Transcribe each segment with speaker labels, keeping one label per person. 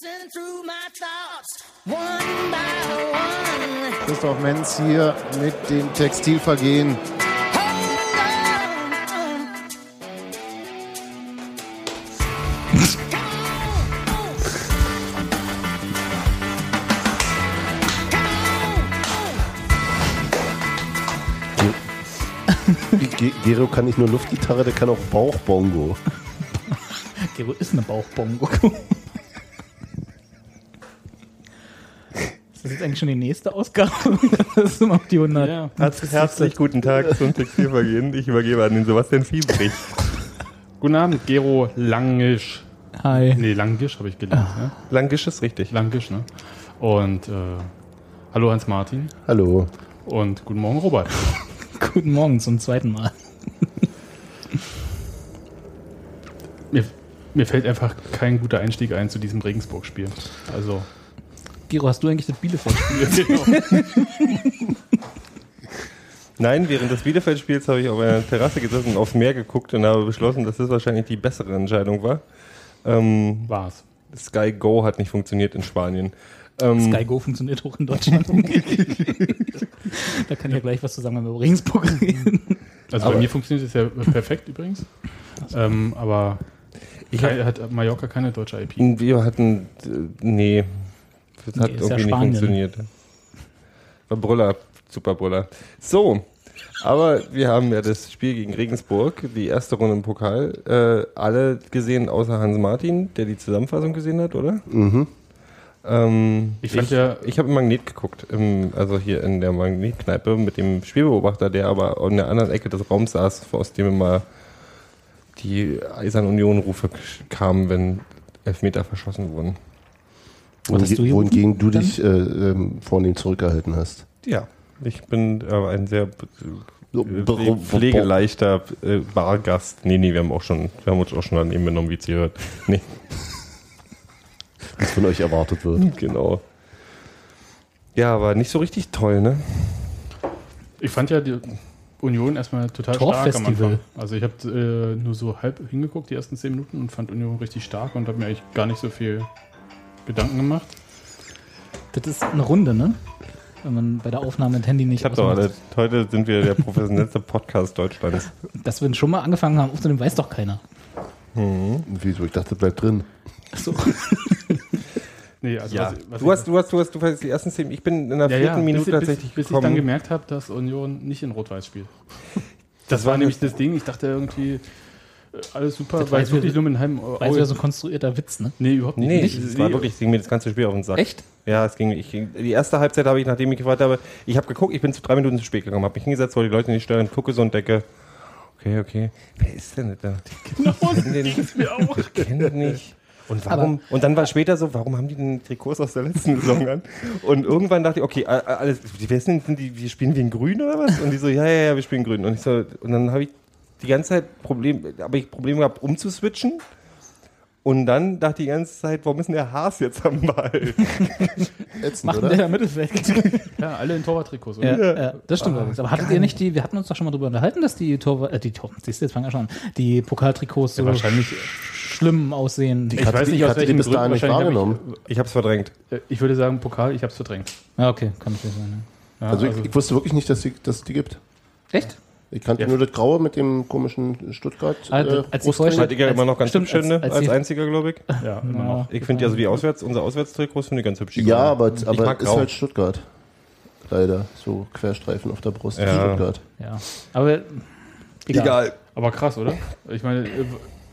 Speaker 1: Blitzing through my thoughts, one by one.
Speaker 2: Christoph Menz hier mit dem Textilvergehen.
Speaker 1: Hold on. Come on.
Speaker 3: Ge- Gero kann nicht nur Luftgitarre, der kann auch Bauchbongo.
Speaker 4: Gero ist eine Bauchbongo. Ist das jetzt eigentlich schon die nächste Ausgabe? Das ist immer auf die 100.
Speaker 5: Ja. Herzlich guten Tag zum Textilvergehen. Ich übergebe an den Sebastian Fiebrich.
Speaker 6: Guten Abend, Gero Langisch.
Speaker 4: Hi.
Speaker 6: Nee, Langisch habe ich gelernt.
Speaker 5: Ah.
Speaker 6: Ne?
Speaker 5: Langisch ist richtig.
Speaker 6: Langisch, ne? Und äh, hallo Hans-Martin
Speaker 3: Hallo.
Speaker 6: und guten Morgen, Robert.
Speaker 4: Guten Morgen zum zweiten Mal.
Speaker 6: Mir, mir fällt einfach kein guter Einstieg ein zu diesem Regensburg-Spiel. Also,
Speaker 4: Gero, hast du eigentlich das Bielefeld-Spiel?
Speaker 5: Nein, während des Bielefeld-Spiels habe ich auf einer Terrasse gesessen und aufs Meer geguckt und habe beschlossen, dass das wahrscheinlich die bessere Entscheidung war. Ähm,
Speaker 6: war's.
Speaker 5: Sky Go hat nicht funktioniert in Spanien. Ähm,
Speaker 4: Sky Go funktioniert auch in Deutschland. da kann ich ja gleich was zusammen über Regensburg reden.
Speaker 6: Also bei mir funktioniert es ja perfekt übrigens. Ähm, aber ich
Speaker 5: hab-
Speaker 6: hat Mallorca keine deutsche IP.
Speaker 5: Wir hatten. äh, Nee. Das hat
Speaker 4: Nee, ist ja
Speaker 5: irgendwie nicht
Speaker 4: Spanien.
Speaker 5: funktioniert. War Brüller, super Brüller. So, aber wir haben ja das Spiel gegen Regensburg, die erste Runde im Pokal, äh, alle gesehen, außer Hans Martin, der die Zusammenfassung gesehen hat, oder? Mhm. Ähm,
Speaker 6: Ich fand ja-
Speaker 5: ich habe im Magnet geguckt, im, also hier in der Magnetkneipe mit dem Spielbeobachter, der aber in der anderen Ecke des Raums saß, aus dem immer die Eisern Union Rufe kamen, wenn Elfmeter verschossen wurden.
Speaker 4: hast du
Speaker 3: Wohingegen
Speaker 4: hier
Speaker 3: wohingegen du dich äh, ähm, vornehm zurückgehalten hast.
Speaker 5: Ja, ich bin äh, ein sehr b-
Speaker 3: So,
Speaker 5: äh,
Speaker 3: br- br-
Speaker 5: pflegeleichter äh, Bargast. Nee, nee, wir haben auch schon, wir haben uns auch schon daneben genommen, wie es hier hört. Nee,
Speaker 3: was von euch erwartet
Speaker 4: Mhm.
Speaker 3: wird.
Speaker 5: genau. Ja, aber nicht so richtig toll, ne?
Speaker 6: Ich fand ja die Union erstmal total stark am
Speaker 4: Torfestival.
Speaker 6: Anfang. Also ich habe äh, nur so halb hingeguckt, die ersten zehn Minuten, und fand Union richtig stark und habe mir eigentlich gar nicht so viel Gedanken gemacht.
Speaker 4: Das ist eine Runde, ne? Wenn man bei der Aufnahme das Handy nicht
Speaker 5: Ich hab doch
Speaker 4: ausmacht.
Speaker 5: alle, heute sind wir der professionellste Podcast Deutschlands.
Speaker 4: Dass wir schon mal angefangen haben, aufzunehmen, weiß doch keiner.
Speaker 3: Wieso? Ich dachte, bleibt drin.
Speaker 4: So.
Speaker 6: Nee, also was-
Speaker 5: Ja.
Speaker 6: was
Speaker 5: du,
Speaker 6: ich-
Speaker 5: hast, du hast, du hast, du hast die ersten zehn, ich bin in der vierten Minute
Speaker 6: bis,
Speaker 5: tatsächlich
Speaker 6: bis, bis ich dann
Speaker 5: gekommen.
Speaker 6: gemerkt habe, dass Union nicht in Rot-Weiß spielt. Das war nämlich das Ding. Ich dachte irgendwie, äh, alles super,
Speaker 4: Das
Speaker 6: weil
Speaker 4: weiß
Speaker 6: es wirklich
Speaker 4: wieder-
Speaker 6: nur mit einem halben
Speaker 4: Weil es
Speaker 6: Auge...
Speaker 4: ja so ein konstruierter Witz, ne?
Speaker 6: nee, überhaupt nicht.
Speaker 5: Nee,
Speaker 6: Nicht-
Speaker 5: es war wirklich, es ging mir das ganze Spiel auf den Sack.
Speaker 4: Echt?
Speaker 5: Ja, es ging. Ich, die erste Halbzeit habe ich, nachdem ich gefragt habe, ich habe geguckt, ich bin zu drei Minuten zu spät gekommen, habe mich hingesetzt, wollte die Leute nicht stören, gucke so und denke, okay, okay, wer ist denn da? Genau, ging's mir auch. Ich kenne den nicht. Und warum? und dann war später so, warum haben die denn Trikots aus der letzten Saison an? Und irgendwann dachte ich, okay, a- a- alles, wer sind denn die, wir spielen wie in Grün oder was? Und die so, ja, ja, ja, wir spielen Grün. Und ich so, und dann habe ich die ganze Zeit Problem, habe ich Probleme gehabt, umzuswitchen. Und dann dachte ich die ganze Zeit, warum ist denn der Haas jetzt am Ball?
Speaker 3: Ätzend,
Speaker 4: Macht der Mittelfeld.
Speaker 6: Ja, alle in Torwarttrikots.
Speaker 4: Ja,
Speaker 6: oder?
Speaker 4: ja, das stimmt allerdings. Aber hattet ihr nicht die, wir hatten uns doch schon mal drüber unterhalten, dass die Tor, äh, die Tor, siehst du, jetzt fangen wir schon an, die Pokaltrikots so
Speaker 6: wahrscheinlich-
Speaker 4: schlimm aussehen.
Speaker 6: Ich weiß nicht,
Speaker 3: ich
Speaker 6: aus
Speaker 3: hatte die
Speaker 6: welchen
Speaker 3: bis dahin
Speaker 6: Gründen.
Speaker 3: nicht
Speaker 6: Wahrscheinlich
Speaker 3: wahrgenommen.
Speaker 5: Ich hab's verdrängt.
Speaker 6: hab ich, äh, ich würde sagen, Pokal, ich hab's verdrängt.
Speaker 4: Ja, okay, kann ich nicht sagen. ne?
Speaker 6: Ja,
Speaker 3: Also, ich, ich wusste wirklich nicht, dass die, dass die gibt.
Speaker 4: ja. Echt?
Speaker 3: Ich kannte
Speaker 6: Ja.
Speaker 3: nur das Graue mit dem komischen Stuttgart.
Speaker 4: Also,
Speaker 3: äh,
Speaker 4: als die
Speaker 3: Brust-
Speaker 4: Vorstellung-
Speaker 5: Seid ihr ja
Speaker 4: Als-
Speaker 5: immer noch ganz
Speaker 4: stimmt,
Speaker 5: hübsch, ne?
Speaker 4: als- als
Speaker 5: Als,
Speaker 4: die-
Speaker 5: einziger, glaube ich.
Speaker 6: ja, immer noch.
Speaker 5: Ich finde ja so die Auswärts, unsere Auswärtstrikots finde ich ganz hübsch. die
Speaker 3: ja, aber,
Speaker 5: Grünen. ich
Speaker 3: aber
Speaker 5: mag
Speaker 3: ist
Speaker 5: grau.
Speaker 3: halt Stuttgart. Leider. So Querstreifen auf der Brust.
Speaker 5: Ja.
Speaker 3: Stuttgart.
Speaker 4: Ja. Aber egal.
Speaker 6: Aber krass, oder? Ich meine, äh,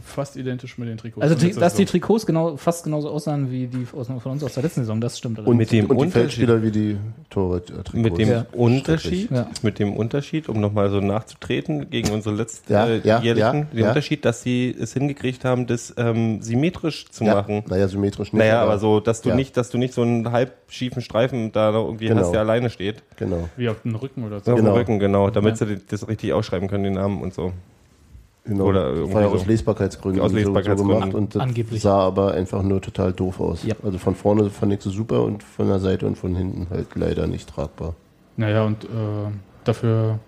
Speaker 6: fast identisch mit den Trikots.
Speaker 4: Also,
Speaker 6: von
Speaker 4: die,
Speaker 6: letzter
Speaker 4: dass die
Speaker 6: Saison.
Speaker 4: Trikots genau, fast genauso aussahen wie die aus, von uns aus der letzten Saison, das stimmt.
Speaker 5: Und mit dem
Speaker 3: und die
Speaker 5: Unterschied,
Speaker 3: Feldspieler wie die äh, Torwart-Trikots.
Speaker 5: mit dem
Speaker 4: Ja.
Speaker 5: Unterschied,
Speaker 4: Ja.
Speaker 5: mit dem Unterschied, um nochmal so nachzutreten gegen unsere letzten
Speaker 3: Ja,
Speaker 5: äh,
Speaker 3: ja,
Speaker 5: jährlichen,
Speaker 3: ja,
Speaker 5: den
Speaker 3: ja.
Speaker 5: Unterschied, dass sie es hingekriegt haben, das ähm, symmetrisch zu
Speaker 3: ja,
Speaker 5: machen.
Speaker 3: Naja, symmetrisch nicht.
Speaker 5: Naja, aber so, dass du
Speaker 3: Ja.
Speaker 5: nicht, dass du nicht so einen halb schiefen Streifen da noch irgendwie
Speaker 3: Genau.
Speaker 5: hast, der alleine steht.
Speaker 3: Genau.
Speaker 6: Wie auf den Rücken oder so.
Speaker 5: Auf dem
Speaker 3: Genau.
Speaker 5: Rücken, genau, damit sie das richtig ausschreiben können, den Namen und so.
Speaker 3: genau.
Speaker 5: Oder
Speaker 3: Das
Speaker 5: irgendwie
Speaker 3: war ja
Speaker 5: so.
Speaker 3: aus Lesbarkeitsgründen
Speaker 5: Aus
Speaker 3: so-
Speaker 5: Lesbarkeitsgründen.
Speaker 3: so gemacht und das
Speaker 4: Angeblich.
Speaker 3: sah aber einfach nur total doof aus.
Speaker 4: Ja.
Speaker 3: Also von vorne fand ich sie super und von der Seite und von hinten halt leider nicht tragbar.
Speaker 6: Naja, und äh, dafür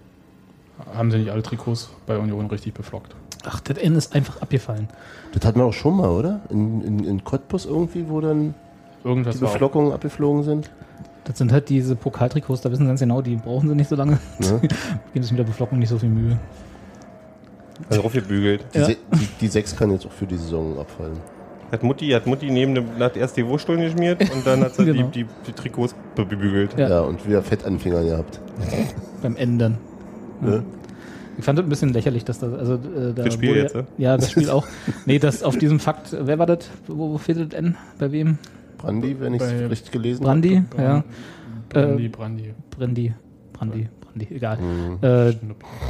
Speaker 6: haben sie nicht alle Trikots bei Union richtig beflockt.
Speaker 4: Ach, das N ist einfach abgefallen.
Speaker 3: Das hatten wir auch schon mal, oder? In, in, in Cottbus irgendwie, wo dann
Speaker 6: Irgendwas
Speaker 3: die
Speaker 6: war auch.
Speaker 3: Beflockungen abgeflogen sind.
Speaker 4: Das sind halt diese Pokaltrikots, da wissen sie ganz genau, die brauchen sie nicht so lange.
Speaker 3: Ne?
Speaker 4: Geben sich mit der Beflockung nicht so viel Mühe.
Speaker 5: Also raufgebügelt.
Speaker 3: Die, se die, die 6 kann jetzt auch für die Saison abfallen.
Speaker 5: Hat Mutti, hat Mutti neben dem, hat erst die Wurststullen geschmiert und dann hat sie
Speaker 4: Genau.
Speaker 5: die, die, die Trikots be- bebügelt.
Speaker 4: Ja.
Speaker 3: Ja, und wieder Fett an den Fingern gehabt.
Speaker 4: Beim Ändern. Ja. Ich fand das ein bisschen lächerlich, dass da, also, äh, da
Speaker 5: Das Spiel
Speaker 4: wurde
Speaker 5: jetzt,
Speaker 4: ja,
Speaker 5: ne?
Speaker 4: ja, das Spiel auch. Nee, das auf diesem Fakt, wer war das? Wo, wo fehlt das N? Bei wem?
Speaker 3: Brandy, wenn ich
Speaker 6: Bei-
Speaker 3: es richtig gelesen habe.
Speaker 4: Brandy? Ja. Äh,
Speaker 3: äh,
Speaker 6: Brandy, Brandy.
Speaker 4: Brandy. Brandy. Brandy. Egal. Äh,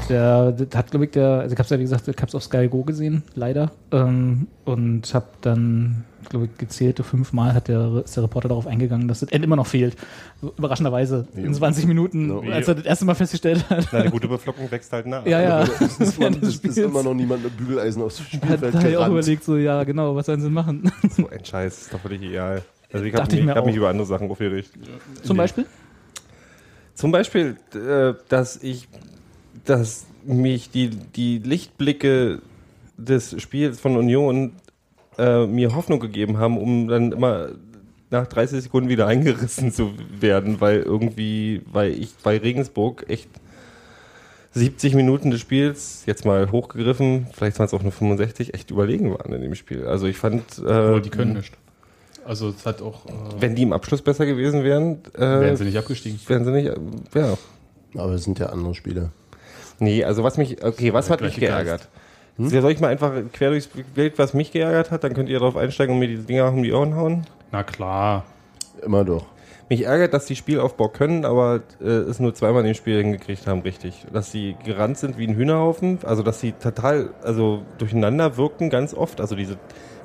Speaker 4: der, das hat, glaube ich, der, also ich hab's ja, wie gesagt, ich hab's auf Sky Go gesehen, leider. Ähm, und hab dann, glaube ich, gezählte fünfmal hat der, ist der Reporter darauf eingegangen, dass das End immer noch fehlt. Überraschenderweise. In 20 Minuten, als er das erste Mal festgestellt hat.
Speaker 5: Na, eine gute Beflockung wächst halt nach.
Speaker 4: Ja, ja.
Speaker 3: Es ist,
Speaker 4: Während des
Speaker 3: es ist
Speaker 4: Spiels.
Speaker 3: immer noch niemand mit Bügeleisen aufs
Speaker 4: Hat
Speaker 3: Spielfeld
Speaker 4: da hab ich auch
Speaker 3: gerannt.
Speaker 4: überlegt, so, ja, genau, was sollen sie machen?
Speaker 5: So ein Scheiß, ist doch völlig egal. Also ich habe
Speaker 4: Dachte ich
Speaker 5: mich,
Speaker 4: mir
Speaker 5: ich hab mich
Speaker 4: auch.
Speaker 5: über andere Sachen aufgeregt.
Speaker 4: Zum Beispiel?
Speaker 5: Zum Beispiel, äh, dass ich, dass mich die, die Lichtblicke des Spiels von Union äh, mir Hoffnung gegeben haben, um dann immer nach 30 Sekunden wieder eingerissen zu werden, weil irgendwie, weil ich bei Regensburg echt 70 Minuten des Spiels, jetzt mal hochgegriffen, vielleicht waren es auch nur 65, echt überlegen waren in dem Spiel. Also ich fand, äh,
Speaker 6: Aber die
Speaker 3: mhm.
Speaker 6: können nicht. Also es hat auch, äh,
Speaker 5: wenn die im Abschluss besser gewesen wären, äh,
Speaker 6: wären sie nicht abgestiegen.
Speaker 5: wären sie nicht, äh, ja.
Speaker 3: Aber es sind ja andere Spieler.
Speaker 5: Nee, also was mich, okay, was hat mich
Speaker 6: gleiche
Speaker 5: geärgert? Soll ich mal einfach quer durchs Bild, was mich geärgert hat, dann könnt ihr darauf einsteigen und mir diese Dinger um die Ohren hauen.
Speaker 6: Na klar.
Speaker 3: Immer doch.
Speaker 5: Mich ärgert, dass die Spielaufbau können, aber äh, es nur zweimal im Spiel hingekriegt haben, richtig. Dass sie gerannt sind wie ein Hühnerhaufen, also dass sie total, also durcheinander wirkten ganz oft. Also diese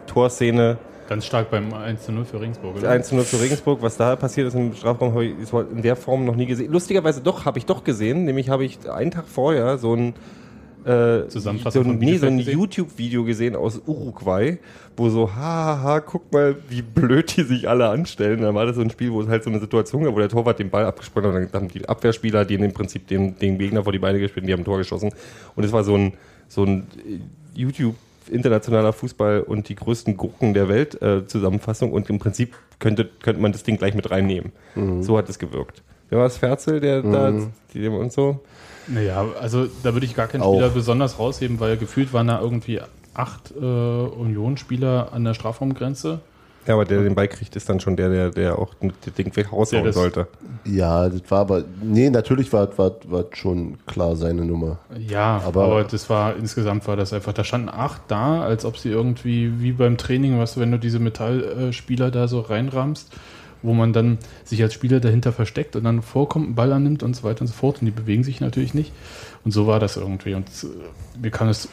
Speaker 5: Torszene
Speaker 6: Ganz stark beim 1 zu 0 für Regensburg, oder?
Speaker 5: 1 zu 0 für Regensburg, was da passiert ist im Strafraum, habe ich ist heute in der Form noch nie gesehen. Lustigerweise doch, habe ich doch gesehen, nämlich habe ich einen Tag vorher so ein äh,
Speaker 6: Zusammenfassung
Speaker 5: so ein,
Speaker 6: von
Speaker 5: nee, so ein
Speaker 6: Bielefeld gesehen?
Speaker 5: YouTube-Video gesehen aus Uruguay, wo so, haha, guck mal, wie blöd die sich alle anstellen. Da war das so ein Spiel, wo es halt so eine Situation gab, wo der Torwart den Ball abgesprungen hat und dann haben die Abwehrspieler, die in dem Prinzip den, den Gegner vor die Beine gespielt und die haben ein Tor geschossen. Und es war so ein, so ein äh, YouTube- internationaler Fußball und die größten Gurken der Welt äh, Zusammenfassung und im Prinzip könnte, könnte man das Ding gleich mit reinnehmen. So hat es gewirkt. Wer war es? Ferzel, der da die, und so?
Speaker 6: Naja, also da würde ich gar keinen
Speaker 3: Auch.
Speaker 6: Spieler besonders rausheben, weil gefühlt waren da irgendwie acht äh, Union-Spieler an der Strafraumgrenze.
Speaker 5: Ja, aber der, der den Ball kriegt, ist dann schon der, der, der auch das Ding
Speaker 6: Der
Speaker 5: weghaushauen
Speaker 6: das-
Speaker 5: sollte.
Speaker 3: Ja, das war aber. Nee, natürlich war war, war schon klar seine Nummer.
Speaker 6: Ja, aber,
Speaker 3: Aber-
Speaker 6: das war insgesamt war das einfach. Da standen acht da, als ob sie irgendwie wie beim Training, weißt du, wenn du diese Metallspieler da so reinrammst, wo man dann sich als Spieler dahinter versteckt und dann vorkommt, einen Ball annimmt und so weiter und so fort. Und die bewegen sich natürlich nicht. Und so war das irgendwie. Und äh, mir kam es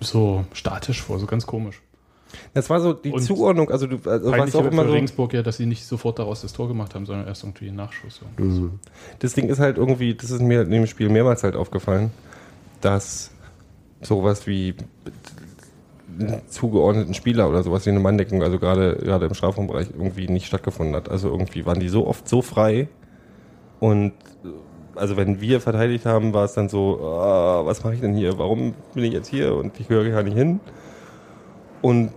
Speaker 6: so statisch vor, so ganz komisch.
Speaker 5: Das war so die
Speaker 6: Und
Speaker 5: Zuordnung, also du also was
Speaker 6: Peinlich
Speaker 5: auch
Speaker 6: aber
Speaker 5: immer
Speaker 6: für
Speaker 5: so.
Speaker 6: Regensburg ja, dass sie nicht sofort daraus das Tor gemacht haben, sondern erst irgendwie einen Nachschuss. So.
Speaker 5: Das Ding ist halt irgendwie, das ist mir in dem Spiel mehrmals halt aufgefallen, dass sowas wie einen zugeordneten Spieler oder sowas wie eine Manndeckung, also gerade gerade im Strafraumbereich irgendwie nicht stattgefunden hat. Also irgendwie waren die so oft so frei und äh, also wenn wir verteidigt haben, war es dann so, ah, was mache ich denn hier? Warum bin ich jetzt hier? Und ich höre gar nicht hin. Und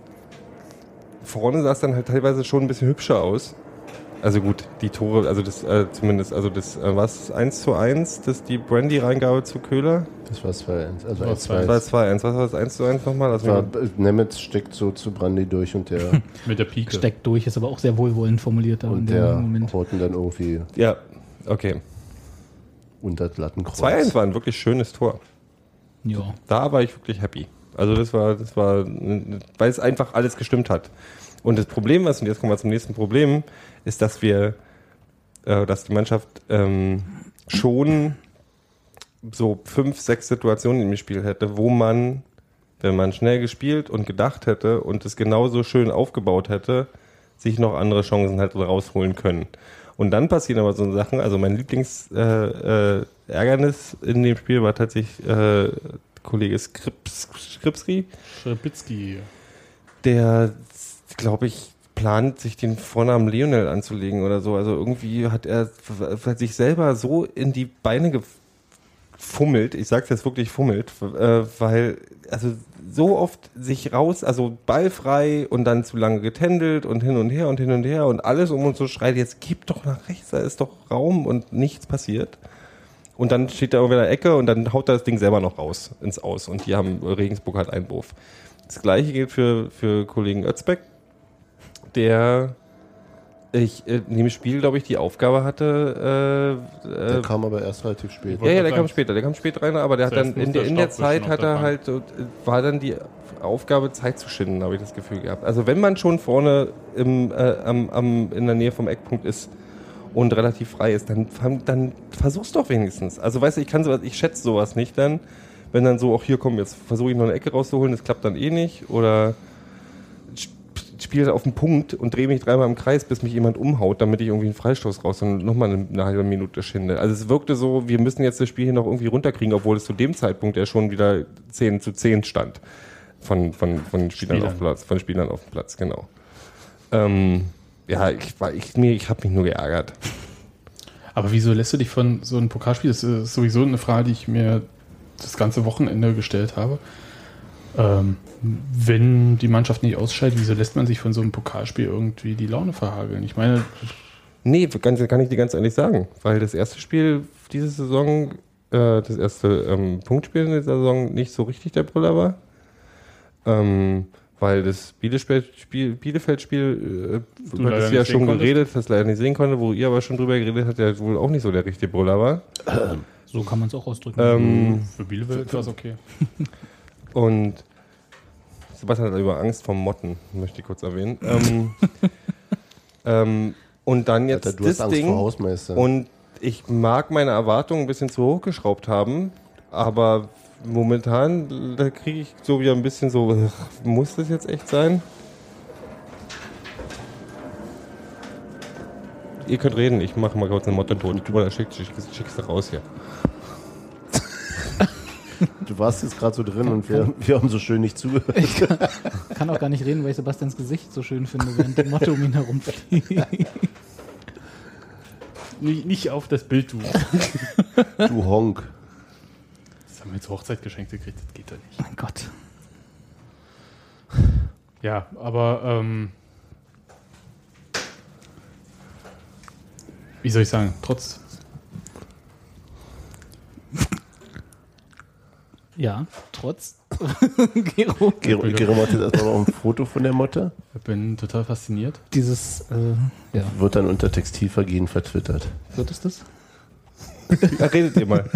Speaker 5: vorne sah es dann halt teilweise schon ein bisschen hübscher aus. Also gut, die Tore, also das äh, zumindest, also das äh, was 1 zu 1, das die Brandy-Reingabe zu Köhler.
Speaker 3: Das war 2-1. Also
Speaker 6: war
Speaker 3: 1-2.
Speaker 5: Das war 2 1, was war das 1 zu 1 nochmal? Lass mich
Speaker 3: war,
Speaker 5: mal-
Speaker 3: Nemitz steckt so zu Brandy durch und der,
Speaker 6: Mit der Pike.
Speaker 4: Steckt durch, ist aber auch sehr wohlwollend formuliert da in
Speaker 3: und
Speaker 4: dem
Speaker 3: der
Speaker 4: Moment.
Speaker 3: Horten dann irgendwie
Speaker 5: Ja, okay.
Speaker 3: unter das Lattenkreuz.
Speaker 5: 2 1 war ein wirklich schönes Tor.
Speaker 4: Ja.
Speaker 5: Da war ich wirklich happy. Also das war, das war, weil es einfach alles gestimmt hat. Und das Problem ist, und jetzt kommen wir zum nächsten Problem, ist, dass wir, äh, dass die Mannschaft ähm, schon so fünf, sechs Situationen im Spiel hätte, wo man, wenn man schnell gespielt und gedacht hätte und es genauso schön aufgebaut hätte, sich noch andere Chancen hätte rausholen können. Und dann passieren aber so Sachen, also mein Lieblingsärgernis äh, äh, Ärgernis in dem Spiel war tatsächlich äh, Kollege Skrips, Skripski,
Speaker 6: Schrebitzky.
Speaker 5: der, glaube ich, plant, sich den Vornamen Lionel anzulegen oder so. Also irgendwie hat er f- f- sich selber so in die Beine ge fummelt, ich sag's jetzt wirklich fummelt, äh, weil also so oft sich raus, also ballfrei und dann zu lange getändelt und hin und her und hin und her und alles um uns so schreit, jetzt gib doch nach rechts, da ist doch Raum und nichts passiert. Und dann steht er irgendwie in der Ecke und dann haut er das Ding selber noch raus ins Aus. Und die haben, Regensburg hat Einwurf. Das gleiche gilt für, für Kollegen Özbeck, der ich, äh, in dem Spiel, glaube ich, die Aufgabe hatte, äh,
Speaker 3: Der
Speaker 5: äh,
Speaker 3: kam aber erst relativ spät.
Speaker 5: ja, ja, der
Speaker 6: Wollte
Speaker 5: kam
Speaker 6: sagen.
Speaker 5: später, der kam spät rein, aber der hat dann
Speaker 6: Zuerst
Speaker 5: in
Speaker 6: muss
Speaker 5: der,
Speaker 6: der
Speaker 5: in der
Speaker 6: Staubwischen
Speaker 5: Zeit
Speaker 6: auf
Speaker 5: hat
Speaker 6: der
Speaker 5: er halt äh, war dann die Aufgabe Zeit zu schinden, habe ich das Gefühl gehabt. Also wenn man schon vorne im, äh, am, am, in der Nähe vom Eckpunkt ist und relativ frei ist, dann fang- dann versuch's doch wenigstens. Also weißt du, ich kann sowas, ich schätze sowas nicht dann, wenn dann so auch hier komm, jetzt versuche ich noch eine Ecke rauszuholen, das klappt dann eh nicht oder spiele auf den Punkt und drehe mich dreimal im Kreis, bis mich jemand umhaut, damit ich irgendwie einen Freistoß raus und nochmal eine, eine halbe Minute schinde. Also es wirkte so, wir müssen jetzt das Spiel hier noch irgendwie runterkriegen, obwohl es zu dem Zeitpunkt ja schon wieder 10 zu 10 stand. Von, von, von Spielern,
Speaker 6: Spielern.
Speaker 5: auf dem Platz, von Spielern auf dem Platz, genau. Ähm, ja, ich, war- ich, mir- ich habe mich nur geärgert.
Speaker 6: Aber wieso lässt du dich von so einem Pokalspiel? Das ist sowieso eine Frage, die ich mir das ganze Wochenende gestellt habe. Ähm, wenn die Mannschaft nicht ausscheidet, wieso lässt man sich von so einem Pokalspiel irgendwie die Laune verhageln? Ich meine,
Speaker 5: Nee, ganz, kann ich dir ganz ehrlich sagen, weil das erste Spiel diese Saison, äh, das erste ähm, Punktspiel in der Saison nicht so richtig der Brüller war. Ähm, weil das Bielefeld-Spiel, Bielefeld-Spiel äh, über
Speaker 6: leider
Speaker 5: das wir ja
Speaker 6: nicht
Speaker 5: schon
Speaker 6: sehen konntest.
Speaker 5: geredet, das leider nicht sehen konnte, wo ihr aber schon drüber geredet habt, der wohl auch nicht so der richtige Brüller war.
Speaker 4: So kann man es auch ausdrücken.
Speaker 5: Ähm,
Speaker 6: Hm. für Bielefeld war es okay.
Speaker 5: Und Sebastian hat über Angst vor Motten, möchte ich kurz erwähnen. Ähm, ähm, und dann jetzt
Speaker 3: Alter, du
Speaker 5: das
Speaker 3: hast Angst
Speaker 5: Ding.
Speaker 3: vor Hausmeistern.
Speaker 5: Und ich mag meine Erwartungen ein bisschen zu hoch geschraubt haben, aber momentan da kriege ich so wieder ein bisschen so, ugh, muss das jetzt echt sein? Ihr könnt reden, ich mache mal kurz eine Motte tot. Oder schick, schick, schick's da raus hier.
Speaker 3: du warst jetzt gerade so drin und wir, wir haben so schön nicht zugehört.
Speaker 4: Kann auch gar nicht reden, weil ich Sebastians Gesicht so schön finde, während die Motte um ihn herumfliegt.
Speaker 6: Nicht, nicht auf das Bild, du. Das
Speaker 3: Du Honk.
Speaker 6: haben wir zur Hochzeit geschenkt gekriegt, das geht doch nicht.
Speaker 4: mein Gott.
Speaker 6: Ja, aber ähm, wie soll ich sagen, trotz
Speaker 4: Ja, trotz. Gero.
Speaker 3: Gero, Gero macht jetzt erstmal noch ein Foto von der Motte.
Speaker 6: ich bin total fasziniert.
Speaker 4: Dieses, äh, ja,
Speaker 3: Wird dann unter Textilvergehen vertwittert.
Speaker 4: wird es das?
Speaker 5: Ja, redet ihr mal.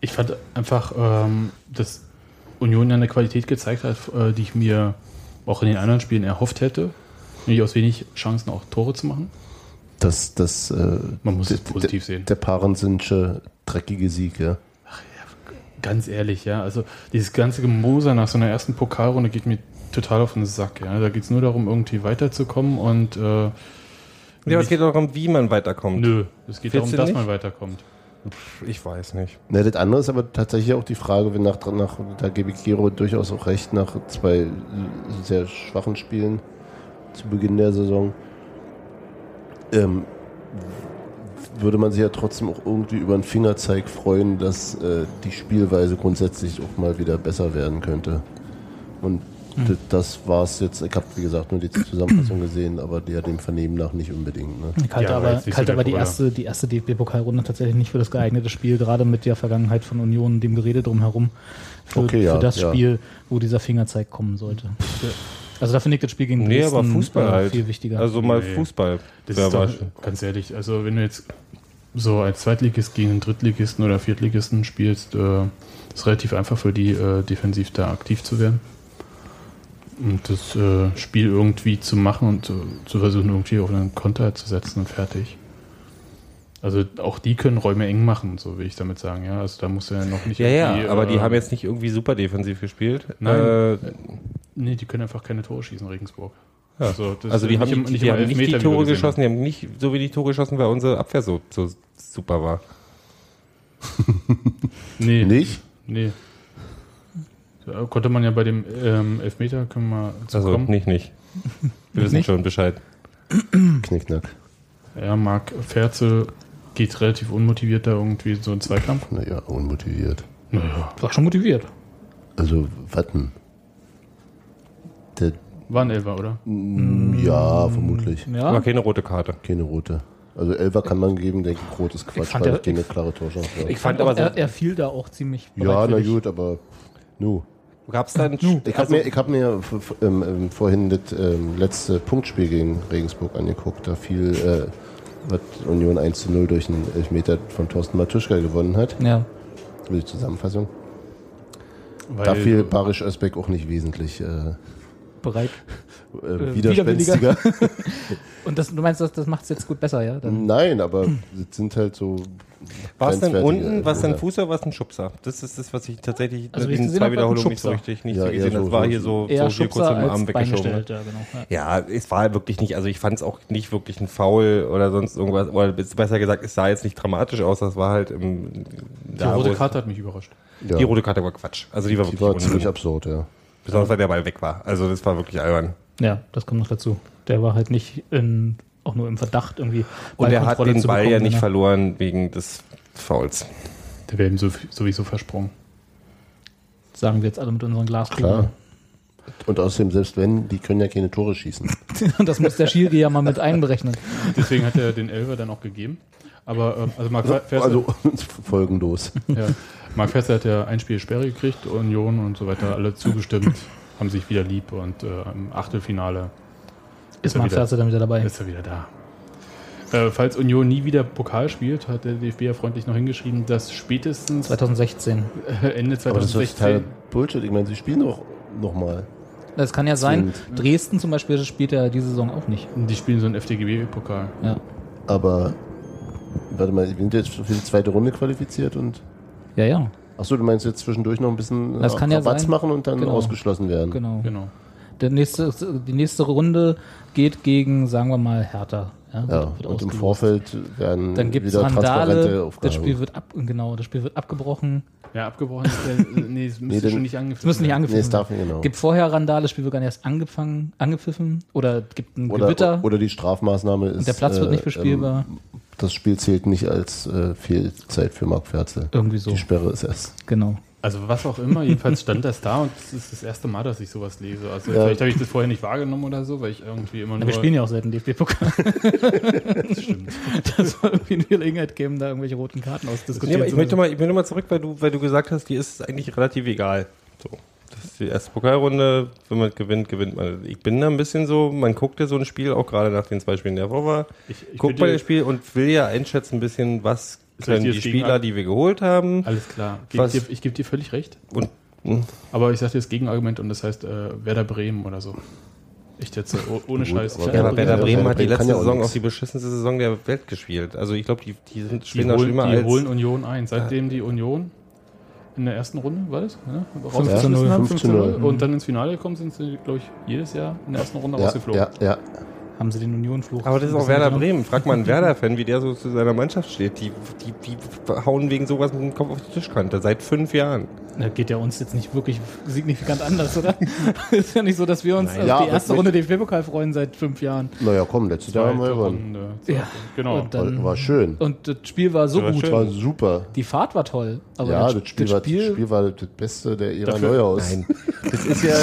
Speaker 6: Ich fand einfach, ähm, dass Union ja eine Qualität gezeigt hat, äh, die ich mir auch in den anderen Spielen erhofft hätte. Nämlich aus wenig Chancen auch Tore zu machen.
Speaker 3: Das, das, äh,
Speaker 6: Man muss
Speaker 3: der-
Speaker 6: es positiv
Speaker 3: der,
Speaker 6: sehen.
Speaker 3: Der Parensinsche dreckige Sieg, ja.
Speaker 6: Ganz ehrlich, ja. Also dieses ganze Gemoser nach so einer ersten Pokalrunde geht mir total auf den Sack. Ja. Da geht es nur darum, irgendwie weiterzukommen und äh,
Speaker 5: Ja, aber es geht doch darum, wie man weiterkommt.
Speaker 6: nö, es geht darum,
Speaker 5: Findest du
Speaker 6: dass
Speaker 5: nicht?
Speaker 6: man weiterkommt.
Speaker 5: Ich weiß nicht.
Speaker 3: Na, das andere ist aber tatsächlich auch die Frage, wenn nach, nach da gebe ich Gero durchaus auch recht, nach zwei sehr schwachen Spielen zu Beginn der Saison, ähm, würde man sich ja trotzdem auch irgendwie über einen Fingerzeig freuen, dass äh, die Spielweise grundsätzlich auch mal wieder besser werden könnte. Und d- das war es jetzt, ich habe wie gesagt nur die Zusammenfassung gesehen, aber die hat dem Vernehmen nach nicht unbedingt. Ne?
Speaker 4: Ich halte
Speaker 6: Ja, aber
Speaker 4: aber,
Speaker 6: jetzt nicht
Speaker 4: ich halte
Speaker 6: so der
Speaker 4: aber die
Speaker 6: Bruder.
Speaker 4: erste, die erste DFB-Pokalrunde tatsächlich nicht für das geeignete Spiel, gerade mit der Vergangenheit von Union, dem Gerede drumherum, für,
Speaker 3: Okay, ja,
Speaker 4: für das
Speaker 3: ja.
Speaker 4: Spiel, wo dieser Fingerzeig kommen sollte. Also da finde ich das Spiel gegen
Speaker 5: Nee,
Speaker 4: Dresden
Speaker 5: aber Fußball
Speaker 4: äh,
Speaker 5: halt.
Speaker 4: viel wichtiger.
Speaker 5: Also mal
Speaker 6: Nee.
Speaker 5: Fußball.
Speaker 6: Das
Speaker 5: Wer
Speaker 6: ist doch,
Speaker 5: weiß.
Speaker 6: ganz ehrlich, also wenn du jetzt so als Zweitligist gegen einen Drittligisten oder Viertligisten spielst, äh, ist relativ einfach für die, äh, defensiv da aktiv zu werden. Und das äh, Spiel irgendwie zu machen und zu, zu versuchen, irgendwie auf einen Konter zu setzen und fertig. Also auch die können Räume eng machen, so will ich damit sagen, ja. Also da musst du ja noch nicht
Speaker 5: ja,
Speaker 6: irgendwie,
Speaker 5: ja, aber die
Speaker 6: äh,
Speaker 5: haben jetzt nicht irgendwie super defensiv gespielt.
Speaker 6: Nein.
Speaker 5: Äh,
Speaker 6: Nee, die können einfach keine Tore schießen, Regensburg.
Speaker 5: Ja.
Speaker 6: Also, das
Speaker 5: also
Speaker 6: ist
Speaker 5: die
Speaker 6: ja
Speaker 5: haben nicht, die,
Speaker 6: im
Speaker 5: haben nicht die
Speaker 6: Elfmeter, wie wir gesehen
Speaker 5: Tore
Speaker 6: haben.
Speaker 5: geschossen, die haben nicht so wenig Tore geschossen, weil unsere Abwehr so, so super war.
Speaker 6: Nee.
Speaker 3: Nicht?
Speaker 6: Nee. Da konnte man ja bei dem ähm, Elfmeter, können wir zu
Speaker 5: Also
Speaker 6: kommen.
Speaker 5: nicht, nicht. Wir wissen
Speaker 4: Nicht?
Speaker 5: schon Bescheid.
Speaker 3: Knickknack.
Speaker 6: Ja, Marc Ferzel geht relativ unmotiviert da irgendwie so in Zweikampf.
Speaker 3: Naja, unmotiviert.
Speaker 6: Naja.
Speaker 4: War schon motiviert.
Speaker 3: Also, warten. Der,
Speaker 6: War ein Elfer, oder?
Speaker 3: ja, vermutlich.
Speaker 4: Ja.
Speaker 5: Aber keine rote Karte.
Speaker 3: Keine rote. Also, Elfer kann man geben, denke ich, rot ist Quatsch,
Speaker 4: fand
Speaker 3: weil
Speaker 4: der-
Speaker 3: ich keine klare Torchance habe.
Speaker 5: Ich fand aber so,
Speaker 4: er, er fiel da auch ziemlich.
Speaker 3: Ja, na
Speaker 4: bereitwillig.
Speaker 3: gut, aber nu.
Speaker 5: gab es da einen
Speaker 3: Ich habe
Speaker 5: also,
Speaker 3: mir, ich hab mir f- f- ähm, ähm, vorhin das ähm, letzte Punktspiel gegen Regensburg angeguckt. Da fiel, äh, was Union 1 zu 0 durch einen Elfmeter von Thorsten Matuschka gewonnen hat.
Speaker 4: Ja.
Speaker 3: Die Zusammenfassung.
Speaker 6: Weil
Speaker 3: da fiel Barisch Özbeck auch nicht wesentlich äh,
Speaker 4: Bereit.
Speaker 3: äh, widerspenstiger.
Speaker 4: Und das, du meinst, das, das macht es jetzt gut besser,
Speaker 5: Mhm.
Speaker 4: ja? Dann,
Speaker 3: Nein, aber das sind halt so.
Speaker 5: war es denn
Speaker 3: grenzwertige
Speaker 5: unten, was denn
Speaker 3: Elfmeter.
Speaker 5: Fuß oder was ein Schubser? Das ist das, was ich tatsächlich
Speaker 4: Also, wie
Speaker 5: in
Speaker 4: ich gesehen habe,
Speaker 5: zwei
Speaker 4: war ein
Speaker 5: Wiederholungen nicht so
Speaker 4: Schubser.
Speaker 5: richtig nicht
Speaker 3: Ja,
Speaker 5: so
Speaker 3: eher
Speaker 5: gesehen habe.
Speaker 3: so-
Speaker 5: Das war hier so,
Speaker 4: eher
Speaker 5: so hier kurz
Speaker 4: Schubser
Speaker 5: im
Speaker 4: als
Speaker 5: Arm weggeschoben. ne?
Speaker 4: Beingestellt, ja, genau. Ja.
Speaker 5: Ja, es war wirklich nicht, also ich fand es auch nicht wirklich ein Foul oder sonst irgendwas, oder besser gesagt, es sah jetzt nicht dramatisch aus, das war halt im,
Speaker 6: die
Speaker 5: da, wo
Speaker 6: rote
Speaker 5: es-
Speaker 6: Karte hat mich überrascht.
Speaker 3: Ja,
Speaker 5: Die rote Karte war Quatsch. Also die war
Speaker 3: die
Speaker 5: wirklich
Speaker 3: war
Speaker 5: unnötig.
Speaker 3: ziemlich absurd, ja.
Speaker 5: Besonders weil der Ball weg war. Also das war wirklich albern.
Speaker 4: ja, das kommt noch dazu. Der war halt nicht in, auch nur im Verdacht irgendwie.
Speaker 5: Und er hat
Speaker 4: Ballkontrolle
Speaker 5: den
Speaker 4: zu
Speaker 5: Ball
Speaker 4: bekommen,
Speaker 5: ja nicht
Speaker 4: ne?
Speaker 5: verloren wegen des Fouls.
Speaker 6: Der wäre ihm so, sowieso versprungen.
Speaker 4: Sagen wir jetzt alle mit unseren
Speaker 3: Klar.
Speaker 4: Glaskugeln.
Speaker 3: Und außerdem, selbst wenn, die können ja keine Tore schießen.
Speaker 4: Und das muss der Schiri ja mal mit einberechnen.
Speaker 6: Deswegen hat er den Elfer dann auch gegeben. Aber ähm, also Marc Verster,
Speaker 3: Also folgenlos.
Speaker 6: ja, Marc Verster hat ja ein Spiel Sperre gekriegt, Union und so weiter, alle zugestimmt, haben sich wieder lieb und äh, im Achtelfinale
Speaker 4: Ist
Speaker 6: er
Speaker 4: Marc
Speaker 6: wieder-
Speaker 4: Ferze dann wieder dabei?
Speaker 6: ist er wieder da. Äh, falls Union nie wieder Pokal spielt, hat der DFB ja freundlich noch hingeschrieben, dass spätestens
Speaker 4: 2016.
Speaker 6: äh, Ende
Speaker 3: Aber das ist total
Speaker 6: 2016
Speaker 3: Bullshit. Ich meine, sie spielen doch nochmal.
Speaker 4: Das kann ja sein. Dresden zum Beispiel spielt ja diese Saison auch nicht.
Speaker 6: die spielen so einen FDGB-Pokal.
Speaker 4: Ja.
Speaker 3: Aber, warte mal, wir sind jetzt für die zweite Runde qualifiziert und.
Speaker 4: Ja, ja,
Speaker 3: Achso, du meinst jetzt zwischendurch noch ein bisschen äh,
Speaker 4: Das kann ja
Speaker 3: Rabatz
Speaker 4: sein.
Speaker 3: machen und dann
Speaker 4: Genau.
Speaker 3: ausgeschlossen werden.
Speaker 4: genau.
Speaker 6: Genau.
Speaker 4: Der nächste, die nächste Runde geht gegen, sagen wir mal, Hertha.
Speaker 3: Ja,
Speaker 4: wird- wird
Speaker 3: und im
Speaker 4: ausgelost.
Speaker 3: Vorfeld werden
Speaker 4: Dann gibt es
Speaker 3: wieder transparente
Speaker 4: Randale.
Speaker 3: Aufgaben.
Speaker 4: Das Spiel wird ab, genau, das Spiel wird abgebrochen.
Speaker 6: Ja, abgebrochen ist der, äh, nee, es müsste
Speaker 3: denn-
Speaker 6: schon nicht angefangen
Speaker 4: Es müssen nicht
Speaker 3: nee,
Speaker 4: angepfiffen
Speaker 3: das
Speaker 4: werden.
Speaker 3: darf nicht, genau.
Speaker 4: Gibt vorher Randale, das Spiel wird gar nicht erst angefangen, angepfiffen oder gibt ein Gewitter
Speaker 3: Oder, oder die Strafmaßnahme ist.
Speaker 4: und der Platz wird
Speaker 3: äh,
Speaker 4: nicht bespielbar.
Speaker 3: ähm, das Spiel zählt nicht als äh, Fehlzeit für Marc Ferzel.
Speaker 4: Irgendwie so.
Speaker 3: Die Sperre ist erst.
Speaker 4: Genau.
Speaker 6: Also was auch immer, jedenfalls stand das da und es ist das erste Mal, dass ich sowas lese. Also vielleicht habe ich das vorher nicht wahrgenommen oder so, weil ich irgendwie immer nur...
Speaker 4: wir spielen ja auch selten DFB-Pokal. Dass wir irgendwie eine Gelegenheit geben, da irgendwelche roten Karten
Speaker 5: Nee, aber
Speaker 4: ausdiskutieren
Speaker 5: ich möchte mal, ich möchte mal zurück, weil du, weil du gesagt hast, dir ist es eigentlich relativ egal. So, das ist die erste Pokalrunde. Wenn man gewinnt, gewinnt man. Ich bin da ein bisschen so, man guckt ja so ein Spiel, auch gerade nach den zwei Spielen der Woche,
Speaker 6: Ich- ich
Speaker 5: guckt
Speaker 6: bin
Speaker 5: man
Speaker 6: dir-
Speaker 5: das Spiel und will ja einschätzen ein bisschen, was
Speaker 6: Soll ich
Speaker 5: können
Speaker 6: dir
Speaker 5: die
Speaker 6: das gegen-
Speaker 5: Spieler, die wir geholt haben.
Speaker 6: Alles klar. Geb
Speaker 5: Was-
Speaker 6: dir, ich gebe dir völlig recht.
Speaker 5: Und
Speaker 6: Aber ich sage dir das Gegenargument und das heißt äh, Werder Bremen oder so. Echt jetzt, äh, oh- ohne Scheiß.
Speaker 3: aber
Speaker 5: ja,
Speaker 3: Werder
Speaker 5: aber Werder
Speaker 3: Bremen-
Speaker 5: Bremen hat die
Speaker 3: Bremen kann
Speaker 5: letzte
Speaker 3: ja auch
Speaker 5: Saison
Speaker 3: nix.
Speaker 5: auch die beschissenste Saison der Welt gespielt. Also ich glaube, die, die sind
Speaker 6: die
Speaker 5: spielen da
Speaker 6: holen,
Speaker 5: schlimmer
Speaker 6: die
Speaker 5: als.
Speaker 6: holen Union ein. Seitdem die Union in der ersten Runde, war das? Ne?
Speaker 3: Ja,
Speaker 4: 15 zu 0.
Speaker 3: 15 0.
Speaker 6: Und dann ins Finale gekommen sind sie, glaube ich, jedes Jahr in der ersten Runde
Speaker 3: Ja,
Speaker 6: rausgeflogen.
Speaker 3: ja, ja.
Speaker 4: Haben sie den Union-Fluch.
Speaker 5: Aber das ist auch Werder Bremen. Frag mal einen Werder-Fan, wie der so zu seiner Mannschaft steht. Die, die, die hauen wegen sowas mit dem Kopf auf die Tischkante. Seit fünf Jahren.
Speaker 4: Da geht ja uns jetzt nicht wirklich signifikant anders, oder? ist ja nicht so, dass wir uns auf
Speaker 3: Ja,
Speaker 4: die
Speaker 3: aber
Speaker 4: erste
Speaker 3: ich-
Speaker 4: Runde DFB-Pokal freuen seit fünf Jahren.
Speaker 3: Naja, komm, letztes Jahr haben wir
Speaker 6: Zweite
Speaker 3: gewonnen.
Speaker 6: Runde, zweite.
Speaker 4: Ja.
Speaker 6: Genau.
Speaker 4: Und dann-
Speaker 3: Oh, War schön.
Speaker 4: Und das Spiel war so
Speaker 5: war
Speaker 4: gut.
Speaker 5: schön.
Speaker 3: War super.
Speaker 4: Die Fahrt war toll. Aber
Speaker 3: ja,
Speaker 4: das,
Speaker 3: das Spiel, war, das Spiel war das Beste der Ära
Speaker 6: Dafür-
Speaker 3: Neuhaus.
Speaker 5: Das ist ja,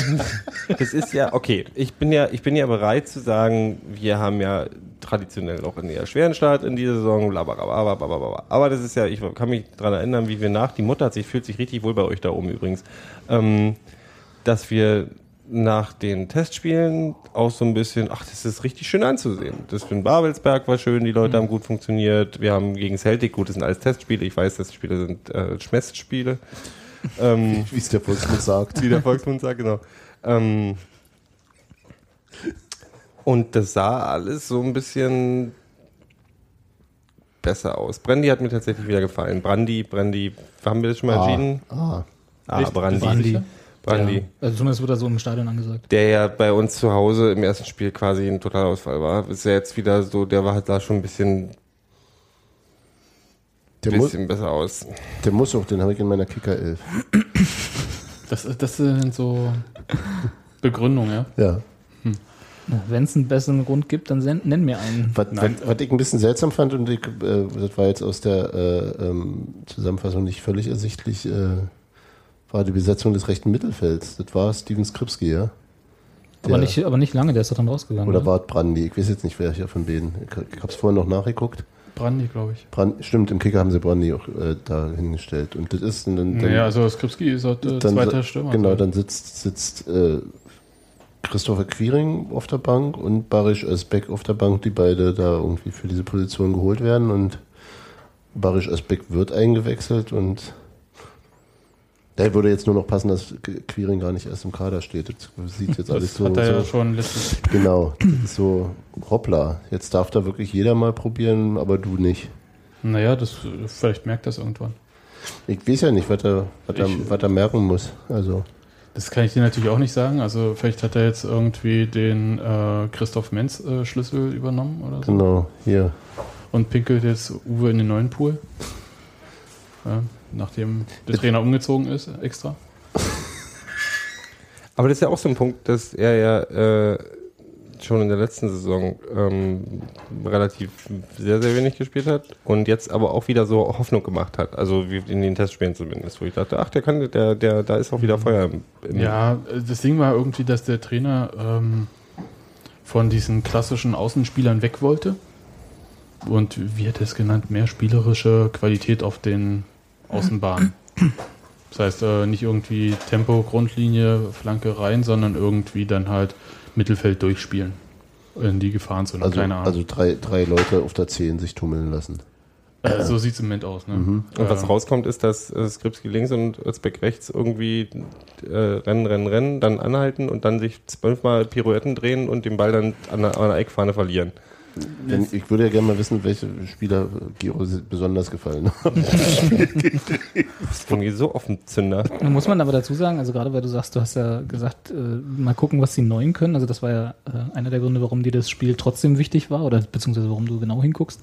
Speaker 5: das ist ja, okay. Ich bin ja, ich bin ja bereit zu sagen, wir haben ja traditionell auch einen eher schweren Start in dieser Saison, bla, bla, bla, bla, bla, bla, bla. Aber das ist ja, ich kann mich daran erinnern, wie wir nach, die Mutter hat sich, fühlt sich richtig wohl bei euch da oben übrigens, ähm, dass wir nach den Testspielen auch so ein bisschen, ach, das ist richtig schön anzusehen. Das für den Babelsberg war schön, die Leute haben gut funktioniert. Wir haben gegen Celtic, gut, das sind alles Testspiele. Ich weiß, Testspiele sind äh, Schmestspiele. Ähm,
Speaker 3: Wie es der Volksmund sagt.
Speaker 5: wie der Volksmund sagt, genau. Ähm, und das sah alles so ein bisschen besser aus. Brandy hat mir tatsächlich wieder gefallen. Brandy, Brandy, haben wir das schon mal entschieden?
Speaker 3: Ah,
Speaker 5: Ah,
Speaker 6: Echt?
Speaker 5: Brandy.
Speaker 6: Bist du sicher?
Speaker 5: Brandy.
Speaker 4: Ja. Also zumindest wird er so im Stadion angesagt.
Speaker 5: Der ja bei uns zu Hause im ersten Spiel quasi ein Totalausfall war. Ist ja jetzt wieder so, der war halt da schon ein bisschen,
Speaker 3: der, muss,
Speaker 5: bisschen besser aus.
Speaker 3: der muss auch, den habe ich in meiner Kicker 11.
Speaker 6: Das, das sind so Begründungen, ja.
Speaker 3: Ja.
Speaker 4: Wenn es einen besseren Grund gibt, dann send, nenn mir einen.
Speaker 3: Was, was, was ich ein bisschen seltsam fand, und ich, äh, das war jetzt aus der äh, ähm, Zusammenfassung nicht völlig ersichtlich, äh, war die Besetzung des rechten Mittelfelds. Das war Steven Skripski, ja?
Speaker 4: Aber
Speaker 3: Der-
Speaker 4: nicht, aber nicht lange, der ist doch dann rausgegangen.
Speaker 6: Mhm.
Speaker 3: Oder
Speaker 4: ne?
Speaker 3: war es Brandy? Ich weiß jetzt nicht, welcher von beiden. Ich, ich habe es vorhin noch nachgeguckt.
Speaker 6: Brandy, glaube ich.
Speaker 3: Brand, stimmt, im Kicker haben sie Brandy auch äh, da hingestellt. Und das ist ein, ein,
Speaker 6: Naja, also Skripski ist halt, äh,
Speaker 3: dann,
Speaker 6: zweiter Stürmer. also
Speaker 3: Genau, dann sitzt, sitzt äh, Christopher Quiring auf der Bank und Barisch Özbek auf der Bank, die beide da irgendwie für diese Position geholt werden. Und Barisch Özbek wird eingewechselt und da würde jetzt nur noch passen, dass Quiring gar nicht erst im Kader steht. Das sieht jetzt
Speaker 6: das
Speaker 3: alles so,
Speaker 6: hat er ja
Speaker 3: so
Speaker 6: schon letztes
Speaker 3: genau, das ist so hoppla. Jetzt darf da wirklich jeder mal probieren, aber du nicht.
Speaker 6: Naja, das, äh, vielleicht merkt das irgendwann.
Speaker 3: Ich weiß ja nicht, was er, was
Speaker 6: Ich-
Speaker 3: er, was er merken muss. Also
Speaker 6: Das kann ich dir natürlich auch nicht sagen. Also vielleicht hat er jetzt irgendwie den äh, Christoph Menz äh, Schlüssel übernommen oder so
Speaker 3: genau hier.
Speaker 6: und pinkelt jetzt Uwe in den neuen Pool. Ja, nachdem der Trainer umgezogen ist, äh, extra.
Speaker 5: Aber das ist ja auch so ein Punkt, dass er ja äh, schon in der letzten Saison ähm, relativ sehr, sehr wenig gespielt hat und jetzt aber auch wieder so Hoffnung gemacht hat. Also wie in den Testspielen zumindest, wo ich dachte, ach, der kann, der, der, da ist auch wieder Feuer im, im
Speaker 6: Ja, äh, das Ding war irgendwie, dass der Trainer ähm, von diesen klassischen Außenspielern weg wollte. Und wie hat er es genannt? Mehr spielerische Qualität auf den Außenbahnen. Das heißt, äh, nicht irgendwie Tempo, Grundlinie, Flanke rein, sondern irgendwie dann halt Mittelfeld durchspielen. In die Gefahren zu
Speaker 3: Also,
Speaker 6: keine Ahnung.
Speaker 3: also drei, drei Leute auf der 10 sich tummeln lassen.
Speaker 6: äh, so sieht es im Moment aus. Ne?
Speaker 5: Und
Speaker 6: Äh,
Speaker 5: was rauskommt, ist, dass äh, Skripski links und Özbek rechts irgendwie äh, rennen, rennen, rennen, dann anhalten und dann sich zwölfmal Pirouetten drehen und den Ball dann an der, an der Eckfahne verlieren.
Speaker 3: Denn ich würde ja gerne mal wissen, welche Spieler Giro besonders gefallen haben.
Speaker 5: Das ist irgendwie so auf dem Zünder.
Speaker 4: Nun muss man aber dazu sagen, also gerade weil du sagst, du hast ja gesagt, äh, mal gucken, was die Neuen können. Also das war ja äh, einer der Gründe, warum dir das Spiel trotzdem wichtig war oder beziehungsweise warum du genau hinguckst.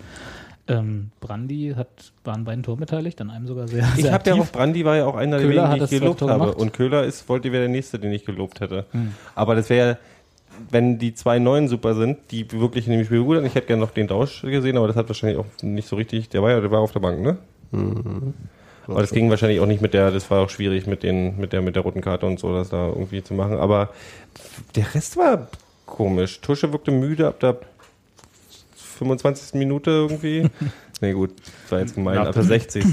Speaker 4: Ähm, Brandy hat, war an beiden Toren beteiligt, an einem sogar sehr,
Speaker 5: Ich
Speaker 4: sehr
Speaker 5: habe ja
Speaker 4: aktiv.
Speaker 5: auf Brandi war ja auch einer der
Speaker 4: Köhler
Speaker 5: wenigen,
Speaker 4: hat
Speaker 5: die
Speaker 4: das
Speaker 5: ich gelobt
Speaker 4: Tor
Speaker 5: habe.
Speaker 4: gemacht. Hm.
Speaker 5: Und Köhler ist, wollte wäre der nächste, den ich gelobt hätte. Aber das wäre ja, wenn die zwei neuen super sind, die wirklich in dem Spiel gut sind. Ich hätte gerne noch den Dausch gesehen, aber das hat wahrscheinlich auch nicht so richtig. Der war ja, der war auf der Bank, ne?
Speaker 4: Hm.
Speaker 5: Aber das ging wahrscheinlich auch nicht mit der, das war auch schwierig mit den, mit der, mit der roten Karte und so, das da irgendwie zu machen. Aber der Rest war komisch. Tusche wirkte müde ab der 25. Minute irgendwie. nee, gut, war jetzt gemein, ab der 60.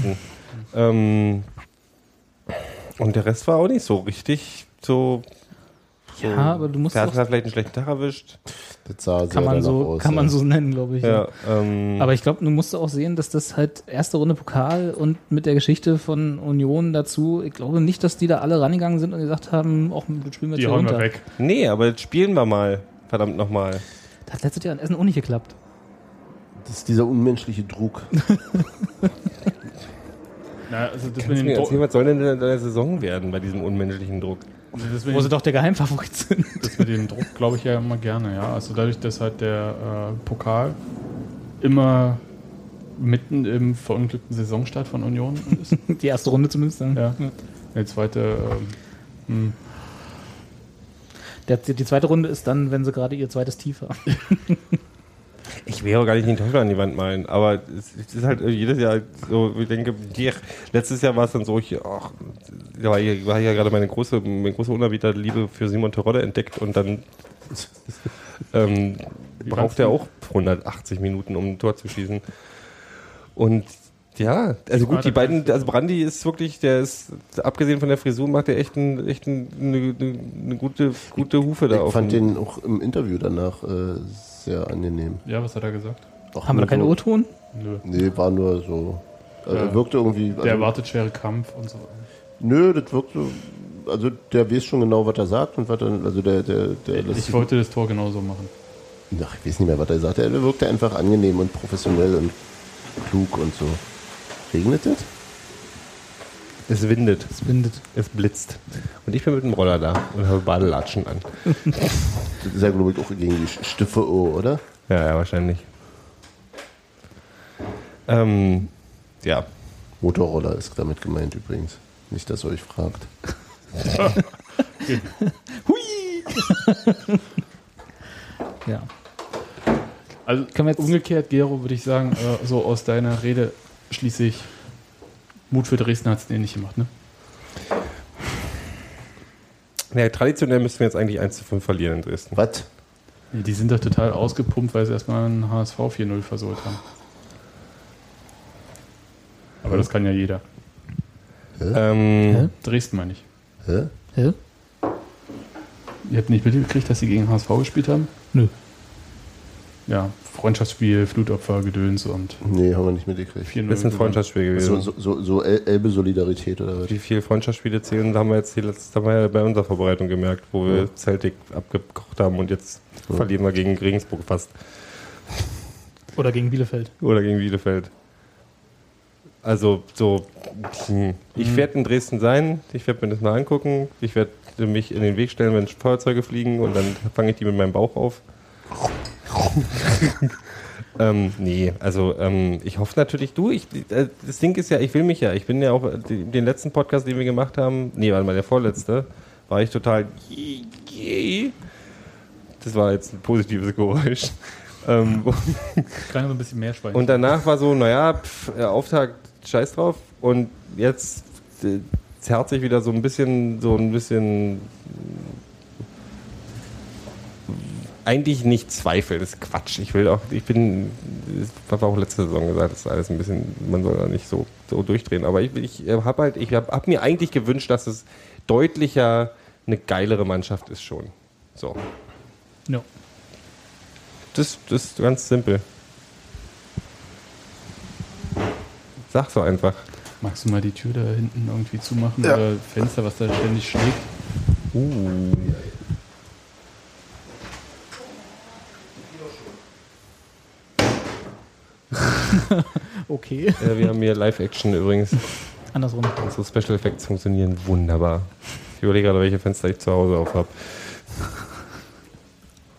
Speaker 5: ähm, und der Rest war auch nicht so richtig so. so
Speaker 4: Ja, aber du musst
Speaker 5: Der
Speaker 4: auch-
Speaker 5: hat vielleicht einen schlechten Tag erwischt.
Speaker 3: Das sah sehr
Speaker 4: Kann man
Speaker 3: danach
Speaker 4: so,
Speaker 3: aus.
Speaker 4: kann man
Speaker 3: ja.
Speaker 4: so nennen, glaube ich.
Speaker 5: Ja, ähm,
Speaker 4: Aber ich glaube, du musst auch sehen, dass das halt erste Runde Pokal und mit der Geschichte von Union dazu, ich glaube nicht, dass die da alle rangegangen sind und gesagt haben, auch mit spielen wir jetzt
Speaker 6: die
Speaker 4: hier
Speaker 6: hauen
Speaker 4: runter.
Speaker 6: wir weg.
Speaker 5: nee, aber jetzt spielen wir mal. Verdammt nochmal.
Speaker 4: Das hat letztes Jahr in Essen auch nicht geklappt.
Speaker 3: Das ist dieser unmenschliche Druck.
Speaker 6: Na, also das mit
Speaker 5: Kannst du
Speaker 6: den
Speaker 5: mir erzählen,
Speaker 6: Dro-
Speaker 5: was soll denn in deiner Saison werden bei diesem unmenschlichen Druck?
Speaker 6: das mit
Speaker 4: Wo
Speaker 6: den
Speaker 4: sie doch der Geheimfavorit sind.
Speaker 6: das mit dem Druck glaube ich ja immer gerne, ja. Also dadurch, dass halt der äh, Pokal immer mitten im verunglückten Saisonstart von Union ist.
Speaker 4: Die erste Runde zumindest. Dann.
Speaker 6: ja. Der zweite, ähm,
Speaker 4: Der, die zweite Runde ist dann, wenn sie gerade ihr zweites Tief haben.
Speaker 5: Ich will auch gar nicht den Teufel an die Wand malen, aber es es ist halt jedes Jahr so, ich denke, dir, letztes Jahr war es dann so, ich, ach, da war ich, war ich ja gerade meine große, meine große unerwiderte Liebe für Simon Terodde entdeckt und dann ähm, braucht er auch 180 Minuten, um ein Tor zu schießen. Und ja, also
Speaker 6: Ah,
Speaker 5: gut, die
Speaker 6: da
Speaker 5: beiden, also Brandy ist wirklich, der ist, abgesehen von der Frisur, macht er echt, ein, echt ein, eine, eine, eine gute, gute Hufe da
Speaker 3: Ich
Speaker 5: auf.
Speaker 3: fand
Speaker 5: dem-
Speaker 3: den auch im Interview danach äh, sehr angenehm.
Speaker 6: ja, was hat er gesagt?
Speaker 3: Auch
Speaker 4: Haben wir
Speaker 3: nur
Speaker 4: da keinen
Speaker 3: so,
Speaker 4: O-Ton?
Speaker 6: Nö.
Speaker 3: Nee, war nur so. Also
Speaker 6: Ja.
Speaker 3: er wirkte irgendwie. Also,
Speaker 6: Der erwartet schwere Kampf und so.
Speaker 3: Nö, das wirkte. Also der weiß schon genau, was er sagt und was er. Also der, der, der lässt
Speaker 6: Ich
Speaker 3: sich-
Speaker 6: wollte das Tor genauso machen.
Speaker 3: Ach, ich weiß nicht mehr, was er sagt. Er wirkte einfach angenehm und professionell und klug und so. Regnet es?
Speaker 5: Es windet.
Speaker 4: Das bindet.
Speaker 5: Es blitzt. Und ich bin mit dem Roller da und habe Badelatschen an.
Speaker 3: Das ist ja, glaube ich, auch gegen die Stiffe, oder?
Speaker 5: Ja, ja, wahrscheinlich. Ähm, ja.
Speaker 3: Motorroller ist damit gemeint übrigens. Nicht, dass ihr euch fragt.
Speaker 4: Hui! Ja.
Speaker 6: Also
Speaker 4: Können wir jetzt-
Speaker 6: umgekehrt, Gero, würde ich sagen, äh, so aus deiner Rede schließe ich, Mut für Dresden hat es dir nicht gemacht, ne?
Speaker 5: Ja, traditionell müssten wir jetzt eigentlich 1 zu 5 verlieren in Dresden.
Speaker 3: Was?
Speaker 6: Nee, Die sind doch total ausgepumpt, weil sie erstmal einen HSV 4-0 versohlt haben. Aber das kann ja jeder.
Speaker 5: Ähm,
Speaker 6: Dresden meine ich.
Speaker 3: Hä?
Speaker 4: Hä?
Speaker 6: Ihr habt nicht mitgekriegt, dass sie gegen HSV gespielt haben?
Speaker 4: Nö.
Speaker 6: Ja, Freundschaftsspiel, Flutopfer, Gedöns und
Speaker 3: Nee, haben wir nicht mitgekriegt.
Speaker 6: 4-0.
Speaker 5: ist ein
Speaker 6: gewonnen.
Speaker 5: Freundschaftsspiel gewesen.
Speaker 3: So, so, so, so El- Elbe-Solidarität oder was?
Speaker 5: Wie viele Freundschaftsspiele zählen, haben wir jetzt die letzte haben wir ja bei unserer Vorbereitung gemerkt, wo wir Celtic abgekocht haben und jetzt verlieren wir gegen Regensburg fast.
Speaker 4: Oder gegen Bielefeld.
Speaker 5: Oder gegen Bielefeld. Also so, hm. ich werde in Dresden sein, ich werde mir das mal angucken, ich werde mich in den Weg stellen, wenn Feuerzeuge fliegen und dann fange ich die mit meinem Bauch auf. ähm, nee, also ähm, ich hoffe natürlich, du, ich, äh, das Ding ist ja, ich will mich ja, ich bin ja auch, äh, die- den letzten Podcast, den wir gemacht haben, nee, warte mal, der vorletzte, war ich total, das war jetzt ein positives Geräusch. Ähm,
Speaker 6: Kann aber ein bisschen mehr Schwein.
Speaker 5: und danach war so, naja, pf, äh, Auftakt, scheiß drauf. Und jetzt äh, zerrt sich wieder so ein bisschen, so ein bisschen. äh, Eigentlich nicht Zweifel, das ist Quatsch. Ich will auch, ich bin, das war auch letzte Saison gesagt, das ist alles ein bisschen, man soll da nicht so, so durchdrehen. Aber ich, ich habe halt, ich habe hab mir eigentlich gewünscht, dass es deutlicher eine geilere Mannschaft ist schon. So.
Speaker 4: Ja.
Speaker 5: Das, das ist ganz simpel. Sag so einfach.
Speaker 6: Magst du mal die Tür da hinten irgendwie zumachen? Oder Fenster, was da ständig schlägt?
Speaker 4: Okay.
Speaker 5: Äh, wir haben hier Live-Action übrigens.
Speaker 4: Andersrum.
Speaker 5: Unsere Special Effects funktionieren wunderbar. Ich überlege gerade, welche Fenster ich zu Hause auf habe.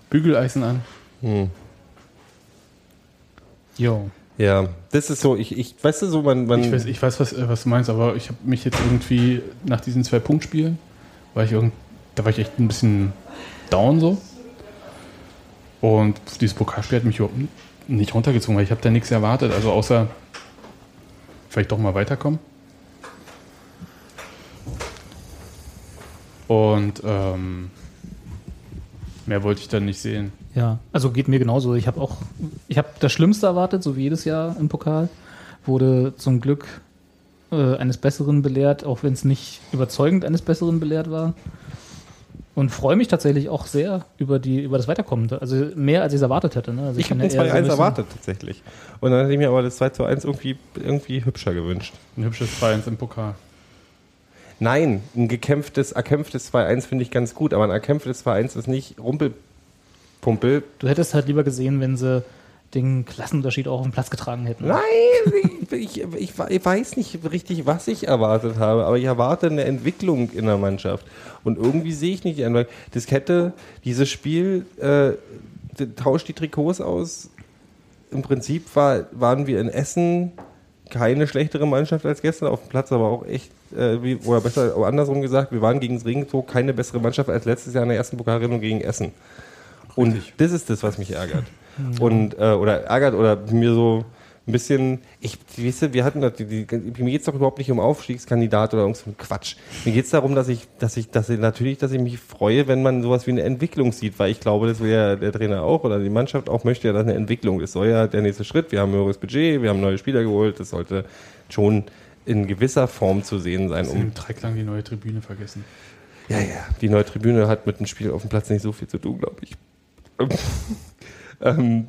Speaker 6: Bügeleisen an.
Speaker 5: Hm.
Speaker 6: Jo.
Speaker 5: Ja, das ist so, ich, ich weißt du so, man, man
Speaker 6: Ich weiß, ich weiß was, äh, was du meinst, aber ich habe mich jetzt irgendwie nach diesen zwei Punktspielen, war ich irgend, da war ich echt ein bisschen down so. Und dieses Pokalspiel hat mich überhaupt n- nicht runtergezogen, weil ich habe da nichts erwartet. Also außer vielleicht doch mal weiterkommen. Und ähm, mehr wollte ich dann nicht sehen.
Speaker 4: Ja, also geht mir genauso. Ich habe auch, ich habe das Schlimmste erwartet, so wie jedes Jahr im Pokal. Wurde zum Glück äh, eines Besseren belehrt, auch wenn es nicht überzeugend eines Besseren belehrt war. Und freue mich tatsächlich auch sehr über, die, über das Weiterkommende. Also mehr, als ich es erwartet hätte. Ne? Also
Speaker 5: ich habe
Speaker 4: bin
Speaker 5: den
Speaker 4: ja eher so
Speaker 5: 2-1
Speaker 4: bisschen-
Speaker 5: erwartet tatsächlich. Und dann hätte ich mir aber das 2 zu 1 irgendwie, irgendwie hübscher gewünscht.
Speaker 6: Ein hübsches 2-1 im Pokal.
Speaker 5: Nein, ein gekämpftes, erkämpftes 2-1 finde ich ganz gut, aber ein erkämpftes 2-1 ist nicht Rumpelpumpel.
Speaker 4: Du hättest halt lieber gesehen, wenn sie den Klassenunterschied auch auf den Platz getragen hätten.
Speaker 5: Nein, ich, ich, ich, ich weiß nicht richtig, was ich erwartet habe, aber ich erwarte eine Entwicklung in der Mannschaft. Und irgendwie sehe ich nicht die Entwicklung. Das hätte, dieses Spiel, äh, d- tauscht die Trikots aus. Im Prinzip war, waren wir in Essen keine schlechtere Mannschaft als gestern auf dem Platz, aber auch echt, äh, wie, oder besser aber andersrum gesagt, wir waren gegen Regensburg keine bessere Mannschaft als letztes Jahr in der ersten Pokalrunde gegen Essen. Und das ist das, was mich ärgert. Und, äh, oder ärgert oder mir so ein bisschen, ich, weißt du, wir hatten, das- die, die, mir geht es doch überhaupt nicht um Aufstiegskandidat oder irgend so ein Quatsch. Mir geht es darum, dass ich, dass ich, dass ich, natürlich, dass ich mich freue, wenn man sowas wie eine Entwicklung sieht, weil ich glaube, das will ja der Trainer auch oder die Mannschaft auch möchte ja, dass eine Entwicklung ist. Soll ja der nächste Schritt, wir haben ein höheres Budget, wir haben neue Spieler geholt, das sollte schon in gewisser Form zu sehen sein,
Speaker 6: Hast du
Speaker 5: um
Speaker 6: den Drecklang die neue Tribüne vergessen?
Speaker 5: ja, ja. Die neue Tribüne hat mit dem Spiel auf dem Platz nicht so viel zu tun, glaube ich. ähm,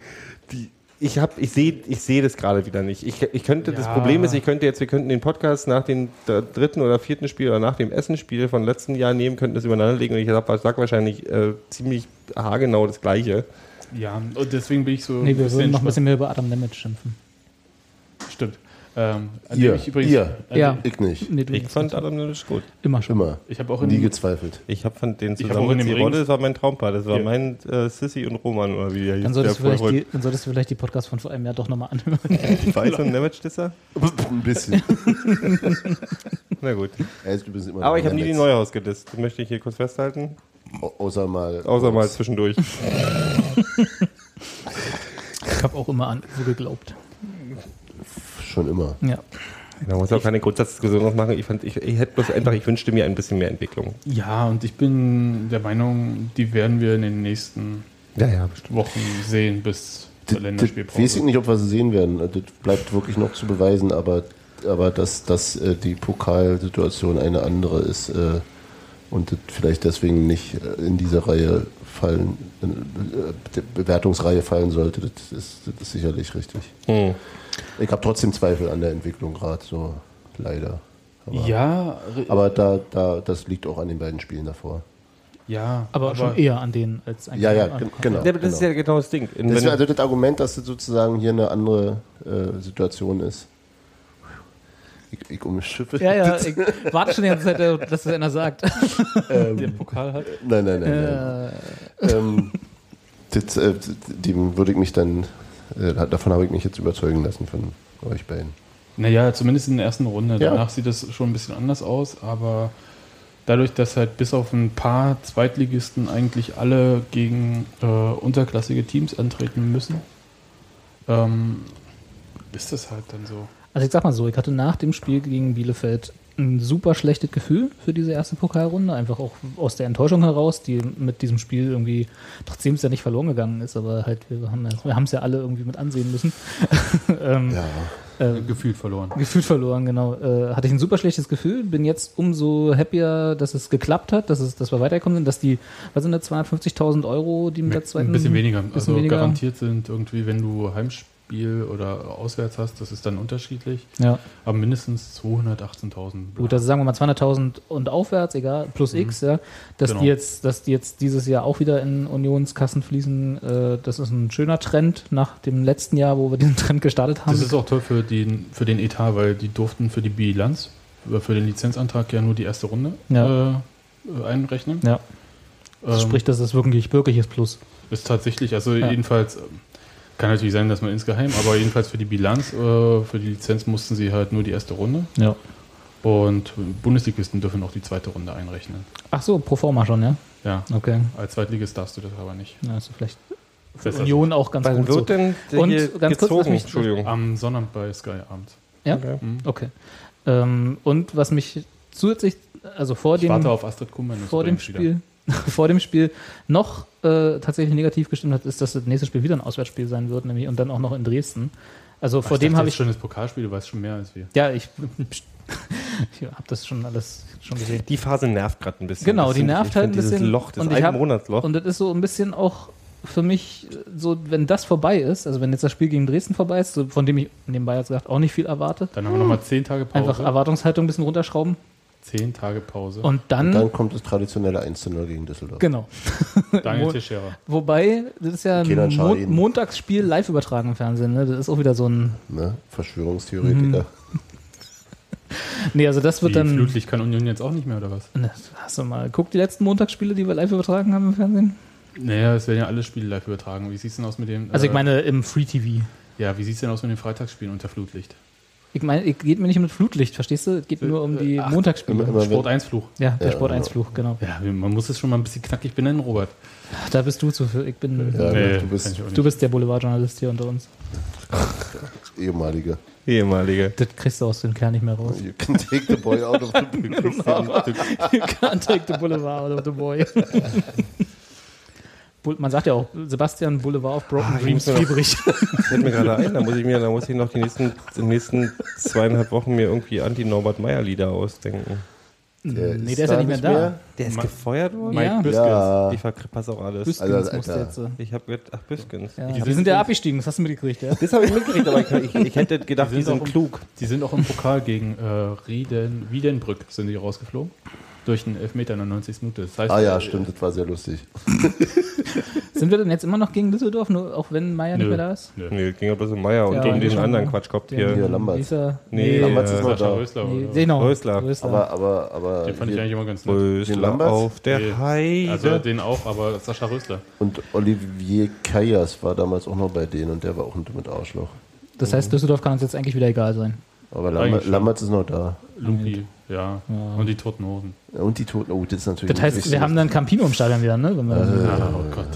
Speaker 5: die, ich hab, ich sehe ich seh das gerade wieder nicht. Ich, ich könnte, Das
Speaker 6: Ja.
Speaker 5: Problem ist, ich könnte jetzt, wir könnten den Podcast nach dem dr- dritten oder vierten Spiel oder nach dem Essen-Spiel von letzten Jahr nehmen, könnten das übereinander legen und ich sag, sag wahrscheinlich äh, ziemlich haargenau das Gleiche.
Speaker 6: Ja, und deswegen bin ich so
Speaker 4: Nee, wir würden noch ein
Speaker 6: entspannt.
Speaker 4: bisschen mehr über Adam Nemeth schimpfen.
Speaker 6: Stimmt. Ähm, an
Speaker 3: Ihr,
Speaker 6: dem ich übrigens,
Speaker 3: ihr.
Speaker 6: an
Speaker 4: Ja.
Speaker 6: dem-
Speaker 3: Ich nicht.
Speaker 4: Nee, du
Speaker 5: Ich fand Adam Lillich gut.
Speaker 4: immer schon.
Speaker 3: Immer.
Speaker 6: Ich habe auch in
Speaker 3: Nie
Speaker 6: dem,
Speaker 3: gezweifelt.
Speaker 5: Ich hab fand den
Speaker 6: hab
Speaker 5: zusammen
Speaker 6: auch in
Speaker 5: mit
Speaker 6: dem
Speaker 5: Sirolle,
Speaker 6: Rings-
Speaker 5: das war mein Traumpaar. Das war
Speaker 6: Ja.
Speaker 5: mein äh, Sissy und Roman oder wie der
Speaker 4: Dann solltest,
Speaker 5: der
Speaker 4: du vielleicht
Speaker 5: Vollrück-
Speaker 4: die, dann solltest du vielleicht die Podcast von vor einem Jahr doch nochmal anhören.
Speaker 5: Weiß und Damage-Disser?
Speaker 3: Ein bisschen.
Speaker 5: Na gut.
Speaker 3: Er ist übrigens immer noch
Speaker 5: Aber ich habe
Speaker 3: in
Speaker 5: nie
Speaker 3: der
Speaker 5: die
Speaker 3: Netz.
Speaker 5: Neuhaus gedisst. Das möchte ich hier kurz festhalten.
Speaker 3: Au- Außer mal.
Speaker 5: Außer mal zwischendurch.
Speaker 4: Ich habe auch immer an so geglaubt.
Speaker 3: Schon immer.
Speaker 4: Ja.
Speaker 5: Da Genau, muss auch keine Grundsatzdiskussion draus machen. Ich, fand, ich, ich hätte bloß einfach, ich wünschte mir ein bisschen mehr Entwicklung.
Speaker 6: Ja, und ich bin der Meinung, die werden wir in den nächsten
Speaker 5: Ja, ja, bestimmt.
Speaker 6: Wochen sehen bis zur
Speaker 3: Das- das Weiß ich
Speaker 6: Länderspielpause.
Speaker 3: nicht, ob wir sie sehen werden. Das bleibt wirklich noch zu beweisen, aber, aber dass, dass äh, die Pokalsituation eine andere ist äh, und das vielleicht deswegen nicht äh, in diese Reihe fallen, in, äh, der Bewertungsreihe fallen sollte, das ist, das ist sicherlich richtig.
Speaker 5: Hm.
Speaker 3: Ich habe trotzdem Zweifel an der Entwicklung gerade, so leider. Aber,
Speaker 6: Ja,
Speaker 3: aber da, da, das liegt auch an den beiden Spielen davor.
Speaker 6: ja.
Speaker 4: Aber, schon eher an denen als eigentlich
Speaker 3: Ja, ja,
Speaker 4: an-
Speaker 3: gen- genau.
Speaker 5: Ja, aber das ist ja genau das Ding. Und
Speaker 3: Das ist
Speaker 5: wenn-
Speaker 3: also das Argument, dass das sozusagen hier eine andere äh, Situation ist. Ich, ich umschiffe.
Speaker 4: Ja, ja, ich warte schon die ganze Zeit, äh, dass das einer sagt.
Speaker 6: der Pokal hat.
Speaker 3: Nein, nein, nein. nein.
Speaker 4: Äh,
Speaker 3: Ähm, das, äh, dem würde ich mich dann, äh, davon habe ich mich jetzt überzeugen lassen von euch beiden.
Speaker 6: Naja, zumindest in der ersten Runde.
Speaker 3: Ja.
Speaker 6: Danach sieht das schon ein bisschen anders aus, aber dadurch, dass halt bis auf ein paar Zweitligisten eigentlich alle gegen äh, unterklassige Teams antreten müssen, ähm, ist das halt dann so.
Speaker 4: Also ich sag mal so, ich hatte nach dem Spiel gegen Bielefeld ein super schlechtes Gefühl für diese erste Pokalrunde, einfach auch aus der Enttäuschung heraus, die mit diesem Spiel irgendwie, trotzdem es ja nicht verloren gegangen ist, aber halt wir haben es wir haben's ja alle irgendwie mit ansehen müssen. ähm,
Speaker 3: Ja.
Speaker 4: äh,
Speaker 6: Gefühlt verloren.
Speaker 4: Gefühl verloren, genau. Äh, hatte ich ein super schlechtes Gefühl, bin jetzt umso happier, dass es geklappt hat, dass, es, dass wir weitergekommen sind, dass die, was sind das, 250.000 Euro, die mit der zweiten...
Speaker 6: Ein bisschen weniger. also
Speaker 4: weniger.
Speaker 6: garantiert sind irgendwie, wenn du Heimspiel oder auswärts hast, das ist dann unterschiedlich.
Speaker 4: Ja.
Speaker 6: Aber mindestens 218.000.
Speaker 4: Gut, also sagen wir mal 200.000 und aufwärts, egal, plus X, ja. Dass,
Speaker 6: Mhm. Genau.
Speaker 4: die jetzt, dass die jetzt dieses Jahr auch wieder in Unionskassen fließen, äh, das ist ein schöner Trend nach dem letzten Jahr, wo wir diesen Trend gestartet haben.
Speaker 6: das ist auch toll für den, für den Etat, weil die durften für die Bilanz, äh, für den Lizenzantrag ja nur die erste Runde
Speaker 4: Ja.
Speaker 6: äh, äh, einrechnen.
Speaker 4: ja,
Speaker 6: Ähm,
Speaker 4: das spricht, dass das wirklich, wirkliches Plus.
Speaker 6: Ist tatsächlich, also
Speaker 4: Ja.
Speaker 6: jedenfalls, ähm, kann natürlich sein, dass man insgeheim, aber jedenfalls für die Bilanz, äh, für die Lizenz mussten sie halt nur die erste Runde.
Speaker 4: Ja.
Speaker 6: Und Bundesligisten dürfen auch die zweite Runde einrechnen.
Speaker 4: Ach so, pro forma schon, ja.
Speaker 6: Ja,
Speaker 4: Okay.
Speaker 6: als Zweitligist darfst du das aber nicht.
Speaker 4: Ja, ist vielleicht für
Speaker 6: Besser
Speaker 4: Union auch ganz
Speaker 5: Wann
Speaker 4: gut.
Speaker 5: wird denn der
Speaker 4: Und
Speaker 5: hier
Speaker 4: ganz kurz,
Speaker 5: gezogen?
Speaker 4: lass mich-
Speaker 5: Entschuldigung.
Speaker 6: Am Sonnabend bei Sky abends.
Speaker 4: so. Ja,
Speaker 5: Okay.
Speaker 4: okay. Ähm, und was mich zusätzlich, also vor
Speaker 6: Ich
Speaker 4: dem.
Speaker 6: warte auf Astrid Kummer.
Speaker 4: vor dem Spiel, vor dem Spiel noch äh, tatsächlich negativ gestimmt hat, ist, dass das nächste Spiel wieder ein Auswärtsspiel sein wird, nämlich und dann auch noch in Dresden. Also vor dem habe ich
Speaker 6: schon das Pokalspiel, du weißt schon mehr als wir.
Speaker 4: ja, ich, ich habe das schon alles schon gesehen.
Speaker 5: Die Phase nervt gerade ein bisschen.
Speaker 4: Genau,
Speaker 5: Das
Speaker 4: die
Speaker 5: find
Speaker 4: nervt
Speaker 5: ich
Speaker 4: halt
Speaker 5: find
Speaker 4: ein bisschen.
Speaker 5: Dieses Loch, das
Speaker 4: Und ich hab-
Speaker 5: Monatsloch.
Speaker 4: Und das ist so ein bisschen auch für mich äh, so, wenn das vorbei ist, also wenn jetzt das Spiel gegen Dresden vorbei ist, so, von dem ich nebenbei jetzt gesagt auch nicht viel erwarte,
Speaker 6: Dann haben wir nochmal 10 Tage Pause.
Speaker 4: Hm. einfach Erwartungshaltung ein bisschen runterschrauben
Speaker 6: 10 Tage Pause.
Speaker 4: und dann,
Speaker 3: Und dann kommt das traditionelle 1 zu 0 gegen Düsseldorf.
Speaker 4: genau.
Speaker 6: Daniel
Speaker 4: Mo-
Speaker 6: Teixeira.
Speaker 4: Wobei, das ist ja
Speaker 3: Kenan
Speaker 4: ein Mo
Speaker 3: Şahin.
Speaker 4: Montagsspiel live übertragen im Fernsehen, ne? Das ist auch wieder so ein
Speaker 3: Ne? Verschwörungstheoretiker.
Speaker 4: Mhm. Nee, also das
Speaker 6: Die
Speaker 4: wird dann.
Speaker 6: Flutlicht kann Union jetzt auch nicht mehr, oder was?
Speaker 4: Ne, Hast du mal, guck die letzten Montagsspiele, die wir live übertragen haben im Fernsehen?
Speaker 6: Naja, es werden ja alle Spiele live übertragen. Wie sieht's denn aus mit dem...
Speaker 4: Also
Speaker 6: äh,
Speaker 4: ich meine im Free TV.
Speaker 6: Ja, wie sieht's denn aus mit den Freitagsspielen unter Flutlicht?
Speaker 4: Ich meine, es geht mir nicht um das Flutlicht, verstehst du? Es geht mir nur um die
Speaker 6: Ach,
Speaker 4: Montagsspiele.
Speaker 3: immer- immer- wenn-
Speaker 6: Sport 1 Fluch.
Speaker 4: ja, der
Speaker 3: Ja,
Speaker 4: Sport 1 Fluch, genau.
Speaker 6: Ja, wir- man muss es schon mal ein bisschen knackig benennen, Robert.
Speaker 4: Ach, Da bist du zu viel. Ich bin,
Speaker 3: Ja,
Speaker 6: Nee,
Speaker 3: du
Speaker 6: kann
Speaker 3: bist
Speaker 6: ich auch nicht.
Speaker 4: du bist der Boulevardjournalist hier unter uns.
Speaker 3: ehemaliger.
Speaker 5: Ehemalige.
Speaker 4: Das kriegst du aus dem Kern nicht mehr raus.
Speaker 3: You can take the boy out of the book.
Speaker 4: You can't take the Boulevard out of the boy. Bull- Man sagt ja auch, Sebastian Boulevard of Broken
Speaker 5: Ah, ich
Speaker 4: Dreams
Speaker 5: muss mir noch-
Speaker 4: fiebrig.
Speaker 5: Fällt mir gerade ein, da muss ich mir, da muss ich noch die nächsten, die nächsten zweieinhalb Wochen mir irgendwie Anti-Norbert Meyer-Lieder ausdenken.
Speaker 4: Nee, der ist ja nicht mehr da.
Speaker 5: Der ist
Speaker 6: Ma-
Speaker 5: gefeuert worden?
Speaker 4: Ja,
Speaker 6: Mike
Speaker 3: Ja.
Speaker 5: Ich verpass auch alles.
Speaker 4: Büskens
Speaker 3: Alter,
Speaker 4: musste
Speaker 3: Alter.
Speaker 4: jetzt. äh,
Speaker 5: Ich habe gehört, ach, Büskens.
Speaker 4: Ja.
Speaker 5: Ich-
Speaker 4: Die sind ja abgestiegen, das hast du mitgekriegt, ja?
Speaker 5: Das habe ich mitgekriegt, aber ich, ich, ich hätte gedacht, die
Speaker 6: sind
Speaker 5: sind,
Speaker 6: auch-
Speaker 5: klug.
Speaker 6: Die sind auch im Pokal gegen äh, Rieden, Wiedenbrück sind die rausgeflogen. Durch einen Elfmeter in der 90. Minute. Das heißt,
Speaker 3: Ah ja,
Speaker 6: äh,
Speaker 3: stimmt, das war sehr lustig.
Speaker 4: Sind wir denn jetzt immer noch gegen Düsseldorf, nur auch wenn Meier nicht
Speaker 6: Nö.
Speaker 4: mehr da ist?
Speaker 6: Nö.
Speaker 5: Nee, ging ja bloß um Meyer und
Speaker 4: Ja,
Speaker 5: gegen den
Speaker 4: schon.
Speaker 5: anderen Quatschkopf
Speaker 4: Der-
Speaker 5: hier.
Speaker 3: Ja, Lambert.
Speaker 4: Dieser,
Speaker 5: Nee,
Speaker 4: nee,
Speaker 3: Damals ist man
Speaker 6: Sascha
Speaker 3: da.
Speaker 6: Rösler.
Speaker 4: nee,
Speaker 6: oder?
Speaker 4: genau.
Speaker 5: Rösler.
Speaker 3: Aber, aber, aber.
Speaker 6: Den fand ich eigentlich immer ganz nett.
Speaker 3: Den
Speaker 5: Rösler
Speaker 3: Lambert?
Speaker 5: auf der
Speaker 6: Nee.
Speaker 5: Heide.
Speaker 6: Also den auch, aber Sascha Rösler.
Speaker 3: Und Olivier Kajas war damals auch noch bei denen und der war auch ein dummes Arschloch.
Speaker 4: das heißt, Düsseldorf kann uns jetzt eigentlich wieder egal sein.
Speaker 3: Aber
Speaker 6: Eigentlich
Speaker 3: Lam
Speaker 6: schon.
Speaker 3: Lammertz ist noch da.
Speaker 6: Lumpi, ja. Und die Toten Hosen.
Speaker 3: Und die Toten, oh, das ist natürlich.
Speaker 4: Das heißt, wir haben dann Campino im Stadion wieder, ne? Wenn
Speaker 3: Also,
Speaker 4: wir,
Speaker 6: Ja, oh Gott.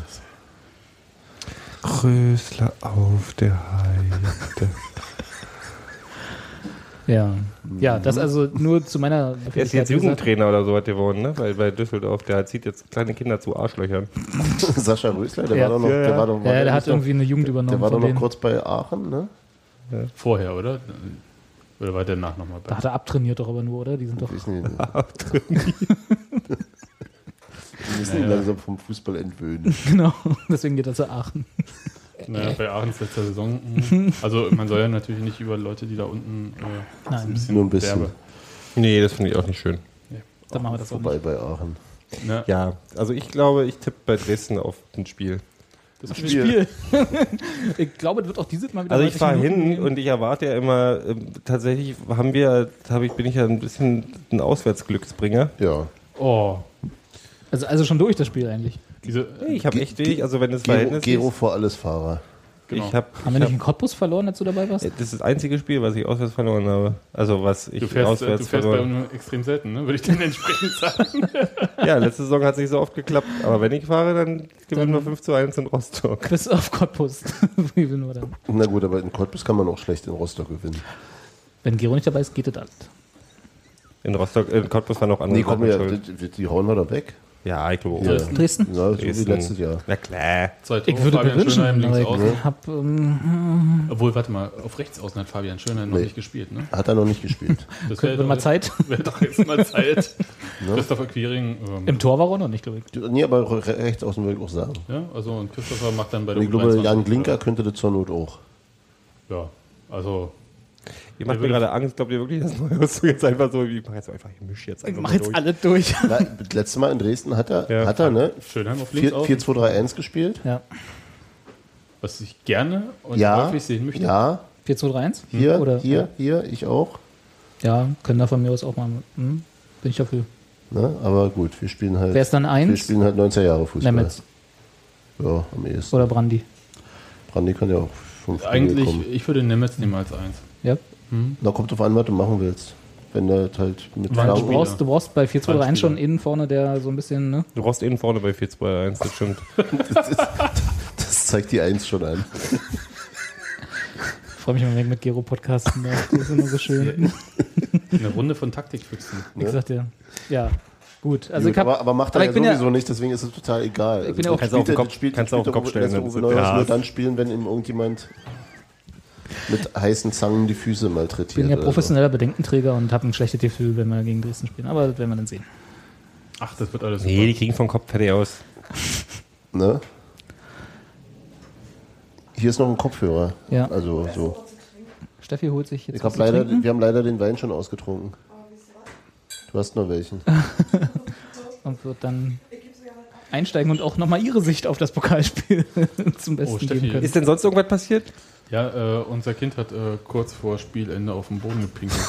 Speaker 5: Krösler auf der Heide.
Speaker 4: ja. ja, das also nur zu meiner
Speaker 5: Der ist jetzt Jugendtrainer oder so hat geworden, ne? Weil bei Düsseldorf, der zieht jetzt kleine Kinder zu Arschlöchern.
Speaker 3: Sascha Rösler, der
Speaker 4: Ja.
Speaker 3: war doch noch,
Speaker 5: Ja, ja.
Speaker 3: der war doch,
Speaker 4: Ja, der hat
Speaker 3: nicht noch-
Speaker 4: irgendwie eine Jugend übernommen.
Speaker 3: der war doch
Speaker 4: von
Speaker 3: noch
Speaker 4: denen.
Speaker 3: kurz bei Aachen, ne?
Speaker 6: Vorher, oder? Oder war der nach nochmal
Speaker 4: Da
Speaker 6: bei?
Speaker 4: hat er abtrainiert doch aber nur, oder? Die sind doch.
Speaker 3: Ich nicht. Wir müssen ihn langsam vom Fußball entwöhnen.
Speaker 4: Genau, deswegen geht er zu Aachen.
Speaker 6: Naja, ne, bei Aachens letzter Saison. mhm. Also man soll ja natürlich nicht über Leute, die da unten äh, ist
Speaker 4: Nein,
Speaker 6: bisschen
Speaker 3: Nur ein bisschen.
Speaker 6: derbe.
Speaker 5: Nee, das finde ich auch nicht schön.
Speaker 4: dann machen wir das auch
Speaker 3: Vorbei
Speaker 4: nicht.
Speaker 3: bei Aachen.
Speaker 6: Ne?
Speaker 5: Ja, also ich glaube, ich tippe bei Dresden auf ein Spiel.
Speaker 6: Das
Speaker 3: Spiel.
Speaker 4: Ich glaube, es wird auch dieses Mal wieder.
Speaker 5: Also ich
Speaker 4: 90
Speaker 5: fahre
Speaker 4: Minuten
Speaker 5: hin
Speaker 4: gehen.
Speaker 5: und ich erwarte ja immer, ähm, tatsächlich haben wir, hab ich, bin ich ja ein bisschen ein Auswärtsglücksbringer.
Speaker 3: Ja.
Speaker 6: Oh,
Speaker 4: Also, also schon durch das Spiel eigentlich.
Speaker 6: diese, äh,
Speaker 5: Ich habe echt wenig, also wenn das
Speaker 3: Gero,
Speaker 5: Verhältnis
Speaker 3: Gero
Speaker 5: ist,
Speaker 3: vor alles Fahrer.
Speaker 5: ich habe
Speaker 4: Haben wir nicht in Cottbus verloren, als du dabei warst?
Speaker 5: Das ist das einzige Spiel, was ich auswärts verloren habe. Also was ich
Speaker 6: du fährst, äh,
Speaker 5: auswärts
Speaker 6: du fährst bei
Speaker 5: verloren
Speaker 6: uns extrem selten, ne? würde ich dann entsprechend sagen.
Speaker 5: habe. Ja, letzte Saison hat es nicht so oft geklappt. Aber wenn ich fahre, dann gewinnen wir 5 zu 1 in Rostock.
Speaker 4: Bis auf Cottbus. Wie will nur dann?
Speaker 3: Na gut, aber in Cottbus kann man auch schlecht in Rostock gewinnen.
Speaker 4: Wenn Gero nicht dabei ist, geht das alles.
Speaker 5: In Rostock, in Cottbus waren auch andere
Speaker 3: Nee, komm,
Speaker 5: Sachen
Speaker 3: ja,
Speaker 5: schuld.
Speaker 3: die, die hauen wir da weg.
Speaker 5: Ja, ich glaube auch.
Speaker 3: Ja.
Speaker 4: Dresden?
Speaker 3: Ja, so wie
Speaker 5: Dresden.
Speaker 3: letztes Jahr.
Speaker 5: Na klar.
Speaker 6: Zwei Tore,
Speaker 4: Ich würde mir
Speaker 6: Fabian
Speaker 4: wünschen,
Speaker 6: Schönheim links
Speaker 4: aber
Speaker 6: außen.
Speaker 4: ich hab, ähm,
Speaker 6: Obwohl, warte mal, auf rechts außen hat Fabian Schönheim noch
Speaker 3: Nee.
Speaker 6: nicht gespielt, ne?
Speaker 3: Hat er noch nicht gespielt.
Speaker 6: Das
Speaker 4: könnten wir
Speaker 6: doch
Speaker 4: mal
Speaker 6: jetzt-
Speaker 4: Zeit.
Speaker 6: Wäre doch jetzt mal Zeit.
Speaker 3: Ne?
Speaker 6: Christopher Quiring, ähm,
Speaker 4: Im Tor war er auch noch nicht, glaube ich.
Speaker 3: nee, aber re- rechts außen würde ich auch sagen.
Speaker 6: ja, also und Christopher macht dann bei
Speaker 3: Und
Speaker 6: der
Speaker 3: ich glaube,
Speaker 6: U23
Speaker 3: Jan Glinker könnte das zur Not auch.
Speaker 6: Ja, also
Speaker 5: Ihr macht mir gerade Angst. Glaubt ihr wirklich, dass Neuhaus jetzt einfach so, ich mach jetzt einfach, ich misch jetzt einfach
Speaker 4: Mach
Speaker 5: mal
Speaker 4: jetzt
Speaker 5: durch.
Speaker 4: alle durch.
Speaker 3: Na, das letzte Mal in Dresden hat er,
Speaker 5: Ja.
Speaker 3: hat er ne?
Speaker 6: Schönheim auf links
Speaker 3: 4-
Speaker 6: außen.
Speaker 3: 4-2-3-1 gespielt.
Speaker 4: Ja.
Speaker 6: was ich gerne und
Speaker 3: Ja.
Speaker 6: häufig sehen möchte.
Speaker 3: Ja.
Speaker 4: 4, 2, 3, 1?
Speaker 3: Hier,
Speaker 4: Oder?
Speaker 3: hier, hier, ich auch.
Speaker 4: Ja, können da von mir aus auch mal. Hm? Bin ich dafür.
Speaker 3: Ne? Aber gut, wir spielen halt.
Speaker 4: Wer ist dann
Speaker 3: wir
Speaker 4: 1?
Speaker 3: spielen halt 90er Jahre Fußball.
Speaker 4: Nemetz
Speaker 3: Ja, am ehesten.
Speaker 4: oder Brandi.
Speaker 3: Brandi kann ja auch vom Flügel
Speaker 6: Eigentlich,
Speaker 3: kommen.
Speaker 6: ich würde Nemetz nehmen als eins.
Speaker 4: Ja.
Speaker 3: Na, kommt drauf an, was du machen willst. Wenn du das halt mit
Speaker 6: Wann
Speaker 4: Du
Speaker 6: Spieler.
Speaker 4: brauchst, du brauchst bei 4, 2, 3, 1
Speaker 6: Spieler.
Speaker 4: schon innen vorne, der so ein bisschen, ne?
Speaker 5: Du rost innen vorne bei 4 2 1, das stimmt.
Speaker 3: Das zeigt die Eins schon an.
Speaker 4: Ich freue mich immer, wenn ich mit Gero podcasten darf. Das ist immer so schön.
Speaker 6: Eine Runde von Taktikfüchsen.
Speaker 4: Wie gesagt, ja. Ja, gut. Also
Speaker 3: Gut,
Speaker 4: ich hab,
Speaker 3: aber, aber macht er
Speaker 4: aber
Speaker 3: ja
Speaker 4: ich bin ja-
Speaker 3: sowieso nicht, deswegen ist es total egal. Also
Speaker 4: bin ja auch-
Speaker 5: Kannst du auf den
Speaker 3: den
Speaker 5: Kopf- kannst du auf den Kopf stellen, dann
Speaker 3: Uwe
Speaker 5: ist
Speaker 3: Neuhaus
Speaker 5: das-
Speaker 3: nur dann spielen, wenn ihm irgendjemand mit heißen Zangen die Füße malträtiert.
Speaker 4: bin ja
Speaker 3: oder so.
Speaker 4: professioneller Bedenkenträger und habe ein schlechtes Gefühl, wenn wir gegen Dresden spielen. Aber das werden wir dann sehen.
Speaker 6: Ach, das wird alles
Speaker 5: Nee, die kriegen vom Kopf fertig aus.
Speaker 3: Ne? Hier ist noch ein Kopfhörer.
Speaker 4: Ja.
Speaker 3: Also so.
Speaker 4: Steffi holt sich jetzt.
Speaker 3: Ich
Speaker 4: was
Speaker 3: hab
Speaker 4: zu
Speaker 3: leider,
Speaker 4: trinken.
Speaker 3: wir haben leider den Wein schon ausgetrunken. Du hast noch welchen.
Speaker 4: und wird dann einsteigen und auch nochmal ihre Sicht auf das Pokalspiel zum Besten
Speaker 6: Oh, Steffi.
Speaker 4: geben können.
Speaker 5: Ist denn sonst irgendwas passiert?
Speaker 6: Ja, äh, unser Kind hat äh, kurz vor Spielende auf den Boden gepinkelt.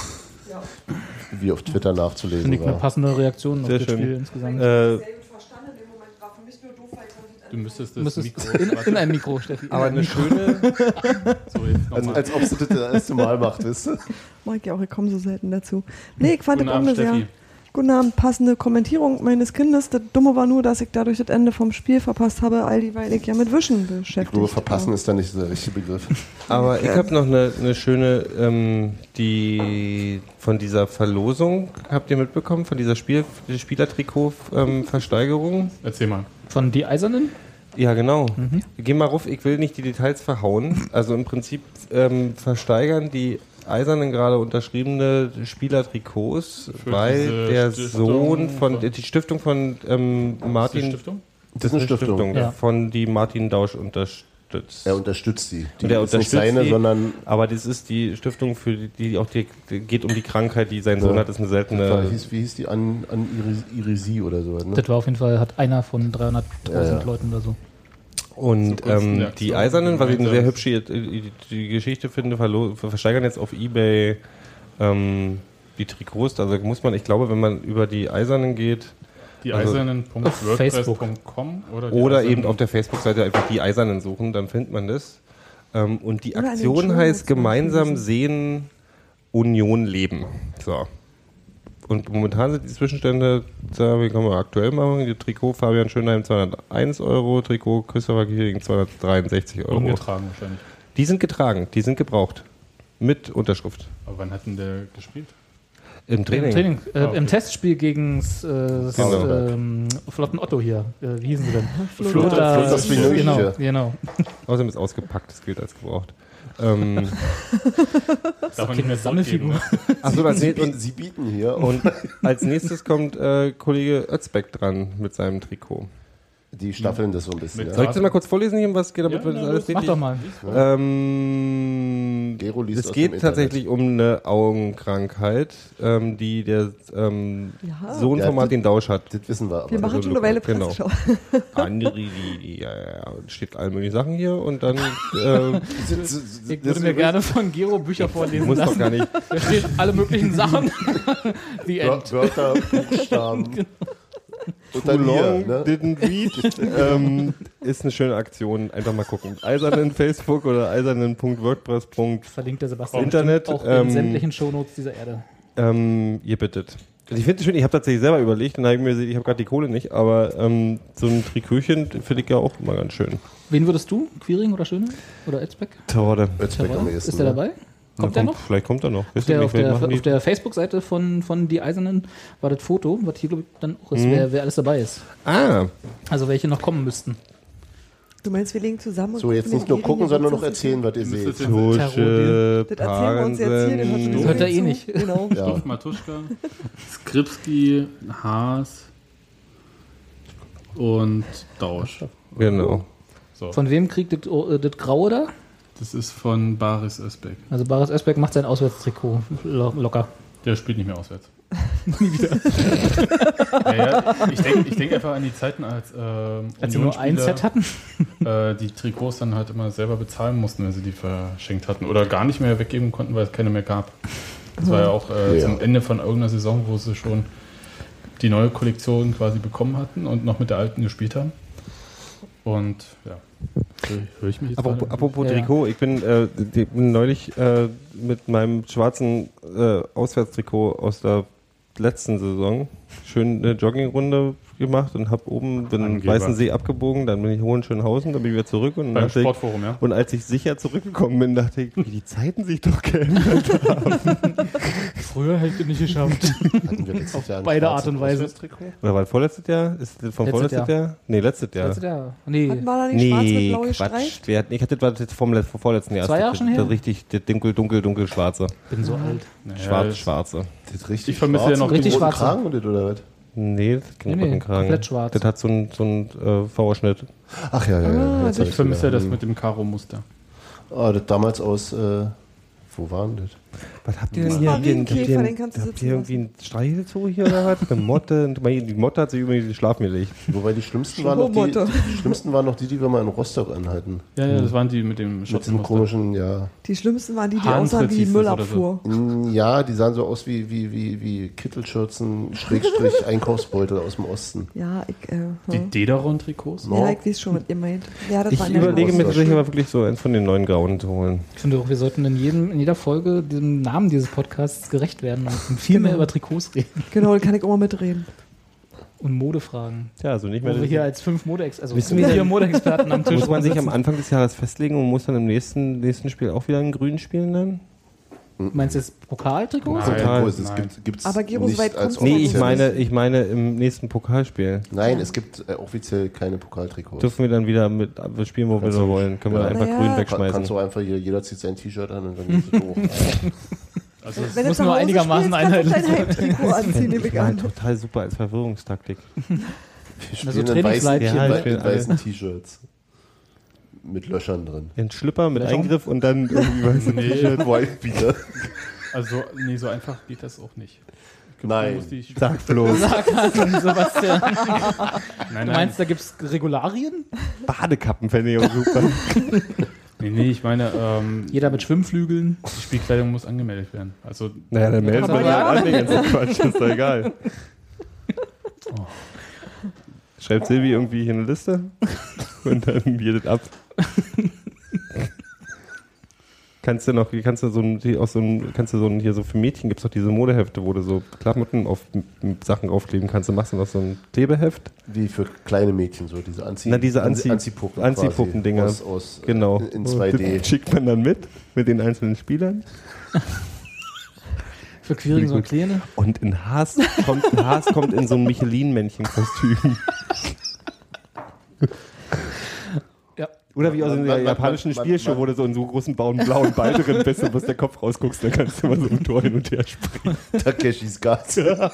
Speaker 3: Wie auf Twitter nachzulesen
Speaker 4: Nicht eine
Speaker 3: war.
Speaker 4: passende Reaktion auf
Speaker 5: Sehr
Speaker 4: das
Speaker 5: schön.
Speaker 4: Spiel insgesamt.
Speaker 5: Äh,
Speaker 7: sehr gut verstanden im Moment, war für mich nur doof, weil ich konnte nicht
Speaker 6: Du müsstest
Speaker 4: Du
Speaker 6: das
Speaker 4: müsstest
Speaker 6: Mikro...
Speaker 4: in, in ein Mikro, Steffi. in
Speaker 5: aber
Speaker 4: ein
Speaker 5: eine schöne.
Speaker 6: so, jetzt noch
Speaker 3: Als,
Speaker 6: mal.
Speaker 3: als ob sie das das erste Mal macht, wisst ihr?
Speaker 7: Mike, ja auch, ich komme so selten dazu. Nee, ich fand
Speaker 6: Guten
Speaker 7: das
Speaker 6: Abend,
Speaker 7: auch eine
Speaker 6: Steffi.
Speaker 7: sehr guten Abend, passende Kommentierung meines Kindes. Das Dumme war nur, dass ich dadurch das Ende vom Spiel verpasst habe, all die, weil ich ja mit Wischen beschäftigt
Speaker 3: Ich glaube, verpassen ist da nicht der richtige Begriff.
Speaker 5: Aber ich habe noch eine, eine schöne, ähm, die von dieser Verlosung, habt ihr mitbekommen, von dieser Spiel, ähm, Spielertrikot-Versteigerung?
Speaker 6: Erzähl mal.
Speaker 4: Von die Eisernen?
Speaker 5: Ja, genau.
Speaker 3: Mhm.
Speaker 5: Geh mal ruf, ich will nicht die Details verhauen. Also im Prinzip ähm, versteigern die eisernen gerade unterschriebene Spielertrikots,
Speaker 6: Für
Speaker 5: weil
Speaker 6: diese
Speaker 5: der
Speaker 6: Stiftung
Speaker 5: Sohn von,
Speaker 6: von-
Speaker 5: die Stiftung von ähm,
Speaker 6: Ist die
Speaker 5: Martin,
Speaker 6: Stiftung?
Speaker 3: Das ist eine Stiftung.
Speaker 4: Ja.
Speaker 5: von die Martin Dausch unterstützt.
Speaker 3: Er unterstützt sie. Die
Speaker 5: Der
Speaker 3: ist nicht
Speaker 5: unterstützt
Speaker 3: seine,
Speaker 5: die.
Speaker 3: sondern
Speaker 5: Aber das ist die Stiftung, für die, die auch die, die geht um die Krankheit, die sein Sohn
Speaker 3: Ja.
Speaker 5: hat, ist eine
Speaker 3: war,
Speaker 5: seltene.
Speaker 3: hieß, wie hieß die an, an Iris- Irisi oder so. Ne?
Speaker 4: Das war auf jeden Fall, hat einer von 300.000
Speaker 3: Ja, ja.
Speaker 4: Leuten oder so.
Speaker 5: Und
Speaker 6: kurz eine
Speaker 5: ähm, die
Speaker 6: Aktion.
Speaker 5: Eisernen, was ich eine sehr
Speaker 6: Eisernes.
Speaker 5: hübsche äh, die Geschichte finde, verlo- versteigern jetzt auf Ebay ähm, die Trikots. Also muss man, ich glaube, wenn man über die Eisernen geht
Speaker 6: Die
Speaker 5: Also-
Speaker 6: eisernen.wordpress.com oder, die
Speaker 5: oder
Speaker 6: eisernen-
Speaker 5: eben auf der Facebook-Seite einfach die Eisernen suchen, dann findet man das. Ähm, und die
Speaker 7: Oder an den
Speaker 5: Aktion
Speaker 7: Shownotes
Speaker 5: heißt
Speaker 7: nachlesen.
Speaker 5: gemeinsam sehen, Union leben. So. Und momentan sind die Zwischenstände, da wir kommen wir aktuell machen, die Trikot Fabian Schönheim 201 Euro, Trikot Christopher Kiering 263 Euro.
Speaker 6: Ungetragen wahrscheinlich.
Speaker 5: Die sind getragen, die sind gebraucht. Mit Unterschrift.
Speaker 6: Aber wann hat denn der gespielt?
Speaker 5: Im
Speaker 4: Im, Training, äh,
Speaker 6: Ah, okay.
Speaker 4: im Testspiel gegen s- äh, s-
Speaker 5: Genau.
Speaker 4: ähm, Flotten Otto hier. Äh, wie hießen sie denn?
Speaker 7: Flotter-
Speaker 2: Flotter Spinöche.
Speaker 4: Genau, genau.
Speaker 5: Außerdem ist ausgepackt, das gilt als gebraucht. Ähm,
Speaker 6: Das Darf man nicht mehr
Speaker 4: Sammelfigur.
Speaker 6: zurückgeben, ne?
Speaker 5: Achso, das
Speaker 2: Sie,
Speaker 5: seht
Speaker 2: bieten,
Speaker 5: und
Speaker 2: sie bieten hier und
Speaker 5: Und als nächstes kommt äh, Kollege Özbeck dran mit seinem Trikot.
Speaker 2: die staffeln das so ein bisschen.
Speaker 6: Mit
Speaker 2: Ja.
Speaker 5: Soll ich das mal kurz vorlesen hier, um was es geht, damit
Speaker 6: Ja,
Speaker 5: wir
Speaker 6: na
Speaker 5: das
Speaker 6: los,
Speaker 5: alles
Speaker 4: Mach
Speaker 5: richtig...
Speaker 4: doch mal.
Speaker 5: Ähm,
Speaker 2: Gero liest
Speaker 5: es
Speaker 2: aus dem
Speaker 5: geht
Speaker 2: Internet.
Speaker 5: tatsächlich um eine Augenkrankheit, ähm, die der ähm,
Speaker 7: Ja.
Speaker 5: Sohn
Speaker 2: Ja,
Speaker 5: von Martin Dausch hat.
Speaker 2: Das wissen wir aber.
Speaker 7: Wir machen schon eine Weile
Speaker 2: genau.
Speaker 7: Presseschau.
Speaker 5: Andri, ja, ja, ja, steht alle möglichen Sachen hier und dann äh,
Speaker 2: Sie- sie- sie-
Speaker 4: Ich würde mir gerne von Gero Bücher vorlesen
Speaker 5: muss doch
Speaker 4: lassen.
Speaker 5: gar nicht.
Speaker 4: Da steht alle möglichen Sachen. Die
Speaker 2: Wör-
Speaker 4: End.
Speaker 2: Wörter, Buchstaben. Und dann
Speaker 5: Long
Speaker 2: hier, ne?
Speaker 5: didn't read ähm, ist eine schöne Aktion. Einfach mal gucken. Eisernen Facebook oder eisernen.wordpress.internet.
Speaker 4: Verlinkt der Sebastian
Speaker 5: Internet,
Speaker 4: auch
Speaker 5: ähm,
Speaker 4: in sämtlichen Shownotes dieser Erde.
Speaker 5: Ähm, ihr bittet. Also ich finde es schön, ich habe tatsächlich selber überlegt, dann habe ich mir gesagt, ich habe gerade die Kohle nicht, aber ähm, so ein Trikotchen finde ich ja auch immer ganz schön.
Speaker 4: Wen würdest du? Quiring oder Schöne? Oder Elzbeck?
Speaker 5: Torte.
Speaker 2: Özbeck am ehesten,
Speaker 4: Ist der
Speaker 2: ne?
Speaker 4: dabei? Kommt der noch?
Speaker 5: Vielleicht kommt er noch.
Speaker 4: Auf der, auf der, auf der Facebook-Seite von, von Die Eisernen war das Foto, was hier, glaube ich, dann auch
Speaker 5: Mhm.
Speaker 4: ist, wer, wer alles dabei ist.
Speaker 5: ah,
Speaker 4: Also welche noch kommen müssten.
Speaker 7: Du meinst, wir legen zusammen und
Speaker 2: So, jetzt
Speaker 7: gucken
Speaker 2: nicht nur
Speaker 7: den
Speaker 2: gucken,
Speaker 7: Gehirn
Speaker 2: sondern noch
Speaker 7: jetzt uns
Speaker 2: erzählen, was ihr
Speaker 6: müsst
Speaker 2: seht.
Speaker 6: jetzt-
Speaker 5: Tusche,
Speaker 7: Das erzählen wir uns jetzt hier, den hört
Speaker 5: Parensen.
Speaker 7: sowieso
Speaker 4: Hört er
Speaker 7: nicht
Speaker 4: eh
Speaker 7: zu.
Speaker 4: nicht.
Speaker 7: Genau.
Speaker 2: Ja.
Speaker 6: Stoff, Matuschka, Skripski, Haas und Dausch.
Speaker 5: Genau.
Speaker 6: So,
Speaker 4: Von wem kriegt das, äh, das Graue da?
Speaker 6: das ist von Baris Özbek.
Speaker 4: Also Baris Özbeck macht sein Auswärtstrikot lo locker.
Speaker 6: Der spielt nicht mehr auswärts. ja, ja, ich denke ich denk einfach an die Zeiten, als, ähm,
Speaker 4: Als sie nur ein
Speaker 6: Unionsspieler,
Speaker 4: Set hatten.
Speaker 6: äh, die Trikots dann halt immer selber bezahlen mussten, wenn sie die verschenkt hatten oder gar nicht mehr weggeben konnten, weil es keine mehr gab. Das war ja auch
Speaker 2: Ja.
Speaker 6: äh, zum Ende von irgendeiner Saison, wo sie schon die neue Kollektion quasi bekommen hatten und noch mit der alten gespielt haben. Und ja, höre hör ich mich jetzt
Speaker 5: Apropos,
Speaker 6: gerade?
Speaker 5: apropos
Speaker 4: Ja.
Speaker 5: Trikot, ich bin, äh, die- bin neulich äh, mit meinem schwarzen äh, Auswärtstrikot aus der letzten Saison schön eine Joggingrunde gemacht und habe oben den
Speaker 6: Angeber.
Speaker 5: Weißen See abgebogen, dann bin ich Hohenschönhausen, dann bin ich wieder zurück und,
Speaker 6: beim
Speaker 5: dachte ich,
Speaker 6: Sportforum, ja.
Speaker 5: und als ich sicher zurückgekommen bin, dachte ich, wie die Zeiten sich doch kennen.
Speaker 4: Früher hätte ich nicht geschafft.
Speaker 2: Hatten wir letztes Jahr ein
Speaker 4: beide
Speaker 2: schwarzes
Speaker 4: Art und Weise.
Speaker 2: Auswärtstrikot?
Speaker 5: Oder war das vorletztes Jahr? Ist das von
Speaker 4: Letztes
Speaker 5: vorletztes Jahr? Nee, letztes Jahr.
Speaker 4: Letztes Jahr. Nee.
Speaker 7: Hatten wir da nicht schwarz mit blau
Speaker 5: Quatsch.
Speaker 7: gestreift?
Speaker 5: Wir hatten, ich hatte das war das vom letz- vom vorletzten Jahr.
Speaker 4: Zwei
Speaker 5: Das-
Speaker 4: Jahre schon
Speaker 5: das
Speaker 4: her?
Speaker 5: Richtig, das dunkel, dunkel, dunkel, schwarze.
Speaker 4: Bin so alt.
Speaker 6: Naja,
Speaker 5: Schwarz,
Speaker 6: das-
Speaker 5: schwarze.
Speaker 2: Das richtig
Speaker 6: Ich vermisse ja
Speaker 2: schwarze
Speaker 6: noch
Speaker 2: mit
Speaker 4: richtig
Speaker 2: roten
Speaker 4: schwarze.
Speaker 2: Kragen und das, oder was?
Speaker 5: Nee, das
Speaker 4: Nee,
Speaker 5: ging
Speaker 4: nee,
Speaker 5: nee, Kragen.
Speaker 4: komplett schwarz.
Speaker 5: Das hat so einen so einen, äh, V-Schnitt.
Speaker 2: Ach ja, ja, ja. jetzt hab
Speaker 6: Ich vermisse ja
Speaker 2: wieder.
Speaker 6: das mit dem Karo-Muster.
Speaker 2: Ah, das damals aus, äh, wo war denn das?
Speaker 5: Was habt ihr denn
Speaker 7: Das war
Speaker 5: hier? Habt ihr,
Speaker 7: ein
Speaker 5: habt ihr,
Speaker 7: Käfer, den kannst du
Speaker 5: habt
Speaker 7: sitzen
Speaker 5: ihr irgendwie einen Streichelzoo hier oder was? Eine Motte? Und meine, Die Motte hat sich übrigens den Schlaf mir gelegt.
Speaker 2: Wobei die schlimmsten waren, noch die,
Speaker 7: Roboter.
Speaker 2: die schlimmsten waren noch die, die wir mal in Rostock anhalten.
Speaker 6: Ja, ja, das waren die mit dem
Speaker 2: Mit diesem
Speaker 6: Schotzenmuster.
Speaker 2: komischen, ja.
Speaker 7: Die schlimmsten waren die, die
Speaker 6: Harntritt
Speaker 7: aussahen wie
Speaker 6: hieß das oder so.
Speaker 7: Müllabfuhr.
Speaker 2: Mm, Ja, die sahen so aus wie, wie, wie, wie Kittelschürzen, Schrägstrich, Einkaufsbeutel aus dem Osten.
Speaker 7: Ja, ich, äh, hm.
Speaker 6: Die Dederon-Trikots?
Speaker 2: No.
Speaker 7: ja, ich weiß schon, was ihr meint. Ja, das
Speaker 5: Ich
Speaker 7: war in der
Speaker 5: überlege mir
Speaker 7: Haus-
Speaker 5: tatsächlich mal wirklich so eins von den neuen Grauen zu holen.
Speaker 4: Ich finde auch, wir sollten in, jedem, in jeder Folge dem Namen dieses Podcasts gerecht werden und um viel mehr über Trikots reden
Speaker 7: Genau, da kann ich auch mal mitreden.
Speaker 4: und Modefragen.
Speaker 5: Ja, also nicht
Speaker 4: Wo
Speaker 5: mehr.
Speaker 4: wir hier als fünf Modex also
Speaker 5: Wissen wir
Speaker 4: vier
Speaker 5: denn-
Speaker 4: Modeexperten am Tisch
Speaker 5: muss man sich am
Speaker 4: sitzen.
Speaker 5: Anfang des Jahres festlegen und muss dann im nächsten, nächsten Spiel auch wieder einen grünen spielen dann?
Speaker 4: Meinst du jetzt Pokaltrikots?
Speaker 6: Nein.
Speaker 2: Total. Es
Speaker 6: Nein.
Speaker 2: gibt, gibt's
Speaker 7: Aber Gero, so
Speaker 2: nicht
Speaker 7: weit
Speaker 2: als
Speaker 7: kommst du
Speaker 5: Nee, ich
Speaker 2: offizielles.
Speaker 7: Ja.
Speaker 5: meine, ich meine im nächsten Pokalspiel.
Speaker 2: Nein, es gibt äh, offiziell keine Pokaltrikots.
Speaker 5: Dürfen wir dann wieder mit wir spielen, wo wir
Speaker 2: Kannst du-
Speaker 5: wollen. Können wir
Speaker 2: ja.
Speaker 5: einfach
Speaker 7: Naja.
Speaker 5: grün
Speaker 7: Kann-
Speaker 2: Kann,
Speaker 5: wegschmeißen.
Speaker 2: kannst du einfach hier, jeder zieht sein T-Shirt an und dann geht's hoch.
Speaker 6: Also
Speaker 7: Wenn
Speaker 4: muss
Speaker 7: du zu
Speaker 4: nur
Speaker 7: Hause
Speaker 4: einigermaßen
Speaker 7: spielst, kannst du
Speaker 4: einheitlich
Speaker 7: dein Heimtrikot anziehen, nehme ich
Speaker 5: Ja,
Speaker 7: an.
Speaker 5: total super als Verwirrungstaktik.
Speaker 2: Wir spielen in weißen,
Speaker 4: Trainingsleibchen.
Speaker 5: Also Ja,
Speaker 2: in
Speaker 5: ich
Speaker 2: wei-
Speaker 5: bin
Speaker 2: in weißen T-Shirts. Mit Löchern drin.
Speaker 5: Ein Schlipper mit
Speaker 4: Löschung?
Speaker 5: Eingriff und dann irgendwie was.
Speaker 6: nee,
Speaker 2: White
Speaker 5: Genau,
Speaker 2: Beater.
Speaker 6: also, nee, so einfach geht das auch nicht. Man muss
Speaker 2: Nein.
Speaker 6: die-
Speaker 5: Sag bloß.
Speaker 4: Sebastian.
Speaker 6: Nein,
Speaker 4: Du
Speaker 6: nein.
Speaker 4: meinst, da gibt es Regularien?
Speaker 5: Badekappen fände ich auch super.
Speaker 6: Nee, nee, ich meine, ähm,
Speaker 4: Jeder mit Schwimmflügeln.
Speaker 6: die Spielkleidung muss angemeldet werden. Also,
Speaker 5: naja, dann meldest du
Speaker 7: Aber
Speaker 5: mal
Speaker 7: ja.
Speaker 5: an den ganzen Quatsch, ist doch egal.
Speaker 6: Oh.
Speaker 5: Schreibt Silvi irgendwie hier eine Liste und dann bietet ab. kannst du noch, kannst du so ein, die- aus so ein, kannst du so ein, hier so für Mädchen gibt's doch diese Modehefte, wo du so Klamotten auf m- m- Sachen aufkleben kannst. Du machst dann noch so ein Klebeheft.
Speaker 3: Wie für kleine Mädchen, so diese Anzieh
Speaker 5: Na, diese Anzieh-
Speaker 3: Anziehpuppen.
Speaker 5: Anziehpuppendinger.
Speaker 3: quasi. Aus, aus,
Speaker 5: Genau.
Speaker 3: In
Speaker 5: Das
Speaker 3: 2D.
Speaker 5: schickt man dann mit, mit den einzelnen Spielern.
Speaker 4: Für Queering so
Speaker 5: Gut.
Speaker 4: Kleine.
Speaker 5: Und in Haas kommt, in Haas kommt in so ein Michelin-Männchen-Kostüm.
Speaker 4: Ja.
Speaker 5: Oder wie aus
Speaker 3: Man-
Speaker 5: einer
Speaker 3: man-
Speaker 5: japanischen
Speaker 3: man- man-
Speaker 5: Spielshow,
Speaker 3: man-
Speaker 5: wo du so in so großen blauen, blauen Ball drin bist und bloß der Kopf rausguckst, dann kannst du immer so im Tor hin und her springen.
Speaker 3: Takeshis
Speaker 2: Also,
Speaker 3: Gas.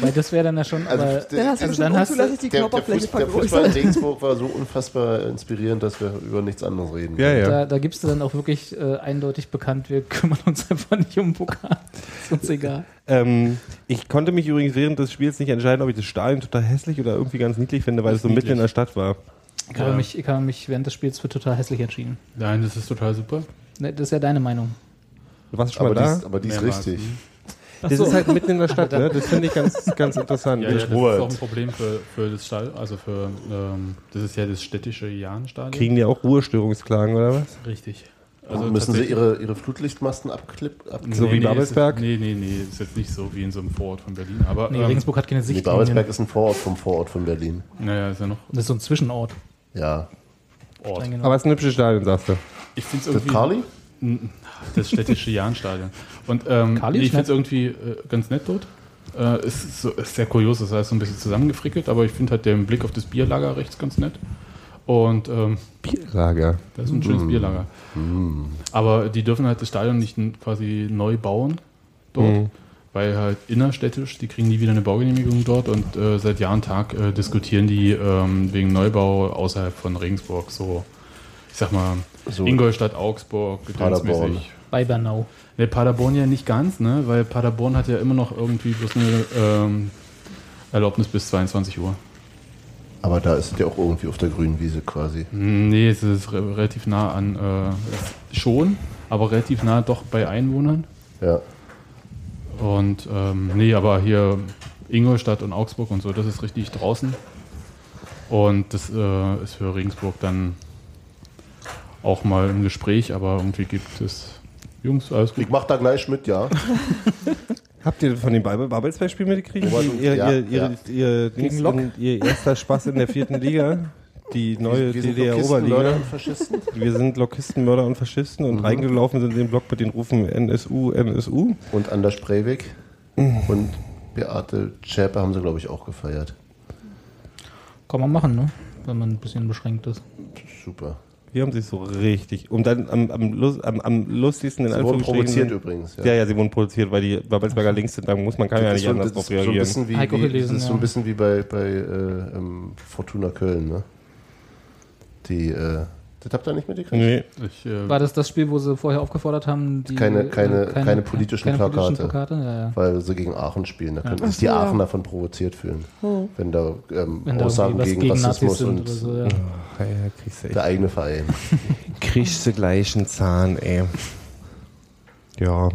Speaker 4: Weil das wäre dann ja schon,
Speaker 3: Also,
Speaker 4: aber
Speaker 7: Dann
Speaker 3: der,
Speaker 7: hast du
Speaker 4: also
Speaker 7: bestimmt
Speaker 4: dann hast du-
Speaker 7: unzulässig die
Speaker 3: der, der,
Speaker 7: Körperfläche
Speaker 3: Fuß, der Fußball in
Speaker 7: vergrößert.
Speaker 3: Regensburg war so unfassbar inspirierend, dass wir über nichts anderes reden.
Speaker 4: da, da gibst du dann auch wirklich äh, eindeutig bekannt, wir kümmern uns einfach nicht um Pokal. Ist uns egal.
Speaker 5: Ähm, ich konnte mich übrigens während des Spiels nicht entscheiden, ob ich das Stadion total hässlich oder irgendwie ganz niedlich finde, weil es so mitten in der Stadt war.
Speaker 4: Ich habe, mich, ich habe mich während des Spiels für total hässlich entschieden.
Speaker 6: Nein, das ist total super.
Speaker 4: Ne, Das ist ja deine Meinung.
Speaker 5: Du warst schon
Speaker 3: Aber die
Speaker 5: mal
Speaker 3: ist,
Speaker 5: da?
Speaker 3: aber die ist
Speaker 6: Mehrmals. ne?
Speaker 3: richtig.
Speaker 5: Das ist halt mitten in der Stadt, ne? Das finde ich ganz, ganz interessant.
Speaker 6: Ja, ja, das ist
Speaker 3: Ruhe.
Speaker 6: auch ein Problem für, für das Stall, also für ähm, das ist ja das städtische Jahnstadion.
Speaker 5: Kriegen die auch Ruhestörungsklagen oder was?
Speaker 6: Richtig.
Speaker 3: Also müssen sie
Speaker 6: tatsächlich-
Speaker 3: ihre, ihre Flutlichtmasten abklipp, abklippen?
Speaker 5: so wie Babelsberg?
Speaker 6: Ist, nee, nee, nee, ist jetzt nicht so wie in so einem Vorort von Berlin, aber
Speaker 4: Nee,
Speaker 6: ähm,
Speaker 4: Regensburg hat keine
Speaker 3: Nee,
Speaker 4: Sichtlinien.
Speaker 3: Babelsberg
Speaker 4: Das
Speaker 3: ist ein Vorort vom Vorort von Berlin.
Speaker 6: naja, ist ja noch
Speaker 4: ist so ein Zwischenort.
Speaker 3: Ja.
Speaker 6: Ort.
Speaker 4: streng genommen.
Speaker 5: Aber es ist ein hübsches Stadion, sagst du.
Speaker 6: Ich finde es
Speaker 3: Das
Speaker 6: irgendwie
Speaker 3: Carly?
Speaker 6: das städtische Jahnstadion. Und ähm,
Speaker 4: Kali
Speaker 6: nee,
Speaker 4: ist
Speaker 6: ich finde es
Speaker 4: nett.
Speaker 6: irgendwie äh, ganz nett dort. Äh, es ist, so, ist sehr kurios, das heißt so ein bisschen zusammengefrickelt, aber ich finde halt den Blick auf das Bierlager rechts ganz nett. Und ähm,
Speaker 5: Bierlager.
Speaker 6: Das ist ein
Speaker 3: Mm.
Speaker 6: schönes Bierlager. Aber die dürfen halt das Stadion nicht n- quasi neu bauen dort,
Speaker 4: Mm.
Speaker 6: weil halt innerstädtisch, die kriegen nie wieder eine Baugenehmigung dort und äh, seit Jahr und Tag äh, diskutieren die ähm, wegen Neubau außerhalb von Regensburg, so ich sag mal
Speaker 3: So.
Speaker 6: Ingolstadt, Augsburg,
Speaker 3: Paderborn.
Speaker 6: gedönsmäßig.
Speaker 4: Bei Bernau.
Speaker 6: Ne, Paderborn ja nicht ganz, ne? weil Paderborn hat ja immer noch irgendwie bloß eine ähm, Erlaubnis bis 22 Uhr.
Speaker 3: Aber da ist der auch irgendwie auf der grünen Wiese quasi.
Speaker 6: Nee, es ist re relativ nah an äh, schon, aber relativ nah doch bei Einwohnern.
Speaker 3: Ja.
Speaker 6: Und ähm, nee, aber hier Ingolstadt und Augsburg und so, das ist richtig draußen. Und das äh, ist für Regensburg dann auch mal im Gespräch, aber irgendwie gibt es Jungs, alles gut.
Speaker 3: Ich mach da gleich mit, ja.
Speaker 5: Habt ihr von den Bab- Babelsberg-Spielen mitgekriegt?
Speaker 3: Robert
Speaker 5: Die-
Speaker 3: und-
Speaker 5: Ihr,
Speaker 3: ja,
Speaker 5: ihr, ihr, ihr, Dings
Speaker 4: Lok?
Speaker 5: in- ihr erster Spaß in der vierten Liga. Die neue
Speaker 3: Wir sind Lokisten, Leute
Speaker 5: DDR-Oberliga.
Speaker 3: und Faschisten.
Speaker 5: Wir sind Lokisten, Mörder und Faschisten
Speaker 3: Mhm.
Speaker 5: und reingelaufen sind in den Block mit den Rufen NSU, NSU.
Speaker 3: Und Anders Breivik und Beate Schäpe haben sie, glaube ich, auch gefeiert.
Speaker 4: Kann man machen, ne? Wenn man ein bisschen beschränkt ist.
Speaker 3: Mhm. Super.
Speaker 5: Wir haben sich so richtig. Und dann am, am, Lus- am, am lustigsten in
Speaker 3: Sie wurden
Speaker 5: Anführungsstrichen-
Speaker 3: provoziert übrigens.
Speaker 5: Ja, ja, sie wurden produziert, weil die Babelsberger links sind. Da muss man kann ja
Speaker 3: Das
Speaker 5: nicht
Speaker 3: ist so-
Speaker 5: anders
Speaker 3: das ist
Speaker 5: drauf
Speaker 3: so ein
Speaker 5: reagieren.
Speaker 3: bisschen wie,
Speaker 4: Heiko
Speaker 3: wie,
Speaker 4: gelesen,
Speaker 3: das ist so ein
Speaker 4: ja.
Speaker 3: bisschen wie bei, bei äh, ähm, Fortuna Köln, ne? Die, äh, das habt ihr nicht mitgekriegt?
Speaker 5: nee.
Speaker 6: Ich, äh,
Speaker 4: War das das Spiel, wo sie vorher aufgefordert haben, die.
Speaker 3: Keine-
Speaker 4: äh,
Speaker 3: keine- keine politischen Plakate.
Speaker 4: Plakate? Ja, ja.
Speaker 3: Weil sie gegen Aachen spielen, da könnten
Speaker 7: Ach
Speaker 3: sich die
Speaker 7: so, ja.
Speaker 3: Aachener von provoziert fühlen.
Speaker 7: Oh,
Speaker 3: Wenn da ähm,
Speaker 4: Wenn da
Speaker 3: Aussagen
Speaker 4: irgendwie was
Speaker 3: gegen,
Speaker 4: gegen Nazis
Speaker 3: Rassismus
Speaker 4: sind
Speaker 3: und
Speaker 4: oder so, ja.
Speaker 5: Ach, ja, kriegst du echt.
Speaker 3: der eigene Verein.
Speaker 5: Kriegst du gleich einen Zahn, ey. Ja.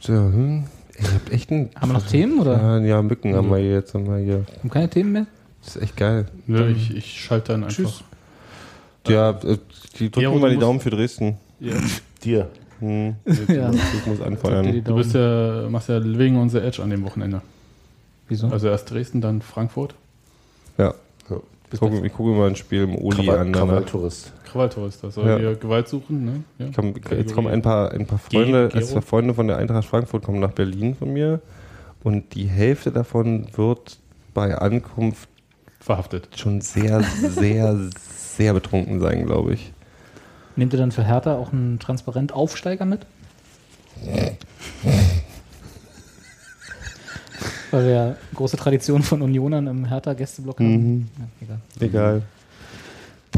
Speaker 5: So, hm. Ich hab echt einen.
Speaker 4: Haben wir noch Themen oder?
Speaker 5: Ja, ja, Mücken haben wir hier jetzt haben wir hier.
Speaker 4: Haben keine Themen mehr?
Speaker 5: Das ist echt geil.
Speaker 6: nö, ne, ich, ich schalte dann einfach.
Speaker 5: Tschüss. Ja, äh, die drücken
Speaker 6: Ja, und
Speaker 5: mal
Speaker 6: du
Speaker 5: die
Speaker 6: musst-
Speaker 5: Daumen für Dresden.
Speaker 6: Ja,
Speaker 3: Dir.
Speaker 5: Hm.
Speaker 4: Ja.
Speaker 5: Ich
Speaker 4: Dir
Speaker 5: muss
Speaker 4: die
Speaker 5: anfeuern.
Speaker 6: du
Speaker 4: Daumen.
Speaker 6: bist ja, machst ja wegen unser Edge an dem Wochenende.
Speaker 4: Wieso?
Speaker 6: Also erst Dresden, dann Frankfurt.
Speaker 5: Ja.
Speaker 3: Ja.
Speaker 5: Ich gucke, ich gucke mal ein Spiel im Oli an. danach.
Speaker 3: Krawalltourist.
Speaker 6: Krawalltor ist das.
Speaker 5: Ja.
Speaker 6: Soll ja. Gewalt suchen, ne? Ja.
Speaker 5: Ich komm, jetzt
Speaker 6: Kategorie.
Speaker 5: kommen ein paar, ein paar
Speaker 6: Ge-
Speaker 5: Freunde,
Speaker 6: Gero?
Speaker 5: es war Freunde von der Eintracht Frankfurt kommen nach Berlin von mir und die Hälfte davon wird bei Ankunft
Speaker 6: Verhaftet.
Speaker 5: schon sehr, sehr, sehr betrunken sein, glaube ich.
Speaker 4: Nehmt ihr dann für Hertha auch einen transparent Aufsteiger mit? Weil wir ja große Tradition von Unionern im Hertha-Gästeblock
Speaker 3: Mhm.
Speaker 4: haben. Ja, egal.
Speaker 5: Egal.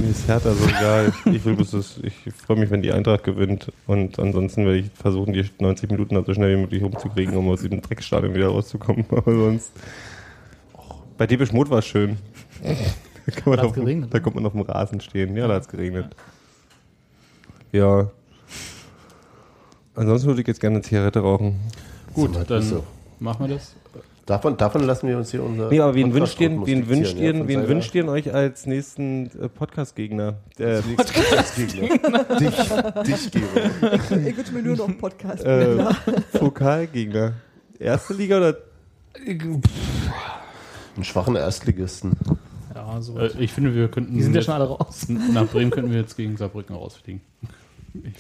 Speaker 5: Mir ist Hertha so egal. Ich, will bloß das, ich freue mich, wenn die Eintracht gewinnt. Und ansonsten werde ich versuchen, die 90 Minuten halt so schnell wie möglich rumzukriegen, um aus diesem Dreckstadion wieder rauszukommen. Aber sonst. Oh, Bei Debisch Mot war es schön. Da, kann man
Speaker 4: Hat's
Speaker 5: auf, dem-
Speaker 4: geregnet, ne?
Speaker 5: da
Speaker 4: oder?
Speaker 5: kommt man auf dem Rasen stehen. Ja, da hat es geregnet. Ja. Ansonsten würde ich jetzt gerne eine Zigarette rauchen.
Speaker 6: Gut,
Speaker 3: Sag mal,
Speaker 6: dann
Speaker 3: ist so.
Speaker 6: machen wir das.
Speaker 3: Davon, davon lassen wir uns hier unser.
Speaker 5: Nee, aber wen wünscht ihr,
Speaker 3: Podcast-Rhythmus
Speaker 5: wen
Speaker 3: diktieren,
Speaker 5: wünscht
Speaker 3: ja,
Speaker 5: ihr,
Speaker 3: von
Speaker 5: wen
Speaker 3: Seiler.
Speaker 5: wünscht ihr euch als nächsten äh, Podcast-Gegner? Äh,
Speaker 3: Podcast-Gegner. dich, dich gebe.
Speaker 7: Ich wünsche mir nur noch einen Podcast.
Speaker 5: äh, Pokalgegner. Erste Liga oder?
Speaker 3: Einen schwachen Erstligisten.
Speaker 4: Ja, so.
Speaker 6: Äh, ich finde, wir könnten.
Speaker 4: die sind ja
Speaker 6: jetzt,
Speaker 4: schon alle raus.
Speaker 6: Nach Bremen könnten wir jetzt gegen Saarbrücken rausfliegen.